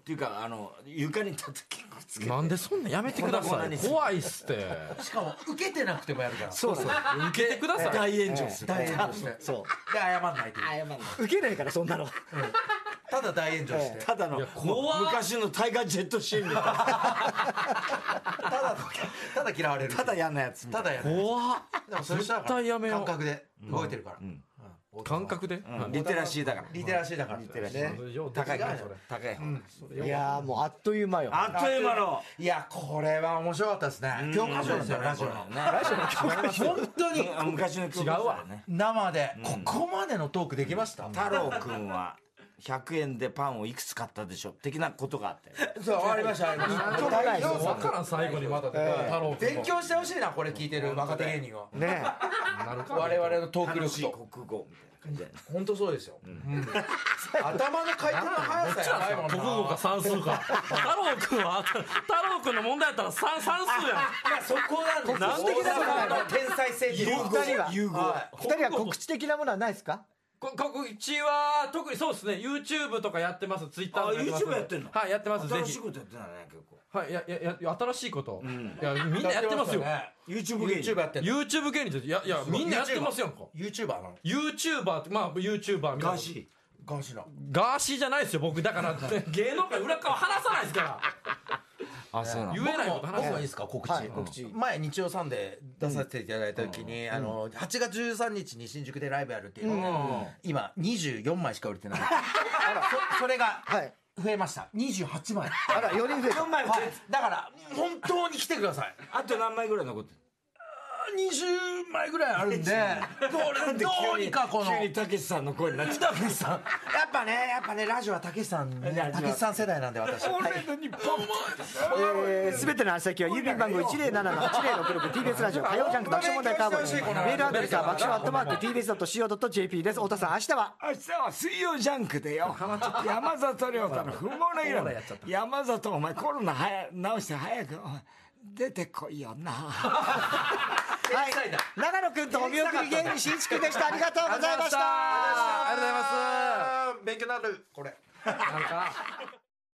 S1: っていうか、あの、床に叩きこつけて。
S5: なんでそんなやめてくだ
S1: こんな
S5: さ
S1: こんないにする
S5: 怖いっすって
S4: しかも受けてなくてもやるから
S2: そうそう
S3: 受けてください。
S1: 大炎上
S2: す
S1: す
S2: る
S1: る。
S4: 大炎上してで
S2: そう
S4: 謝んないという
S2: 受けないからそんなの
S4: ただ大炎上して、
S2: え
S1: ただの、もう昔のタイガージェットシーンみたいな
S4: ただただ嫌われる
S1: ただ嫌なやつみた
S4: た
S1: いな。
S4: だやる
S5: 怖っ
S4: でもそれしたら
S5: 絶対やめよう
S4: 感覚で動いてるから、
S1: ん
S4: うん
S5: 感覚で、
S1: うんリテラシーだから。
S4: リテラシーだから
S1: リテラシー
S4: ね
S5: それようでき
S1: 高い
S5: る
S1: から
S5: それ
S1: 高い方
S2: いやーもうあっという間よ
S1: あっという間の。
S4: いやこれは面白かったですね教科書ですよラジオの
S1: ラジオの教科書。
S4: 本当に
S1: あ昔の教科書だよね。
S4: 生でここまでのトークできました、
S1: 太郎くんは100円でパンをいくつ買ったでしょ的なことがあったよ。
S4: そうありましたありました
S2: 興味ないですよ
S5: 分からん最後にまた出た
S2: ええ
S5: 太郎君
S4: 勉強してほしいなこれ聞いてる若手芸人は
S2: ね
S5: なるか
S4: 我々のトーク
S1: 楽
S4: 力
S1: しい
S4: と
S1: 国語みたいな感じだよね。
S4: 本当そうですよ、うん頭の回転の速さやばいもんな
S5: 国語か算数か
S3: 太郎くんは、太郎くんの問題やったら算算数やん。
S4: まあそこなんです
S3: なんで
S4: そこがあの天才性っていう
S2: 二
S4: か
S2: 人は
S1: 融合。
S4: は
S2: 2人は告知的なものはないですか
S3: こ告知は特にそうですね YouTube とかやってます Twitter
S1: あ
S3: とかます
S1: YouTube やってんの
S3: はいやってますぜ
S1: 新し
S3: ひ
S1: いことやってないね、結構。
S5: はいいやいやいや新しいこと、
S1: ん
S5: いやみん
S4: い
S5: なやってますよ
S4: ね
S1: YouTube 芸人
S4: YouTube やってんの
S5: YouTube 芸人っていやいやみんなやってますやんか
S4: YouTuber なの
S5: YouTuber ってまあ YouTuber みたいな
S1: ガーシー。
S4: ガシの
S5: ガーシーじゃないですよ僕だ
S1: *laughs*
S5: から芸能界裏側話さないですから
S1: あ、そうな
S5: 言えないこと
S4: 僕
S5: 話
S4: も
S5: さ
S4: いい
S5: ない
S4: ですか告知、
S2: はい告知
S4: 前日曜サンデー出させていただいた時に、あの8月13日に新宿でライブやるっていうので、今24枚しか売れてないそそれが
S2: はい
S4: 増えました28枚
S2: あら4人増えた
S4: はいだから本当に来てください
S1: あと何枚ぐらい残ってる
S4: 20枚ぐらいあるんで
S1: *laughs*
S4: これどうにかこの
S1: 急にたけしさんの声になっちゃった。
S4: たけ
S1: *laughs*
S4: しさんやっぱねやっぱねラジオはたけしさんね
S1: ラジオは
S4: たけしさん世代なんで私
S2: えー、全ての宛先は郵便番号 107-8066TBS ラジオ火曜ジャンク爆笑問題カーボーイメールアドレスは爆笑アットマーク TBS.CO.JP です太田さん明日は
S1: 明日は水曜ジャンクでよ。山里亮太の不毛の色。山里、お前コロナはや直して早く、お前出てこいよな。
S2: はい長野君とお見送り芸人新築でしたありがとうございました
S5: ありがとうございます
S4: 勉強になるこれ
S5: なんか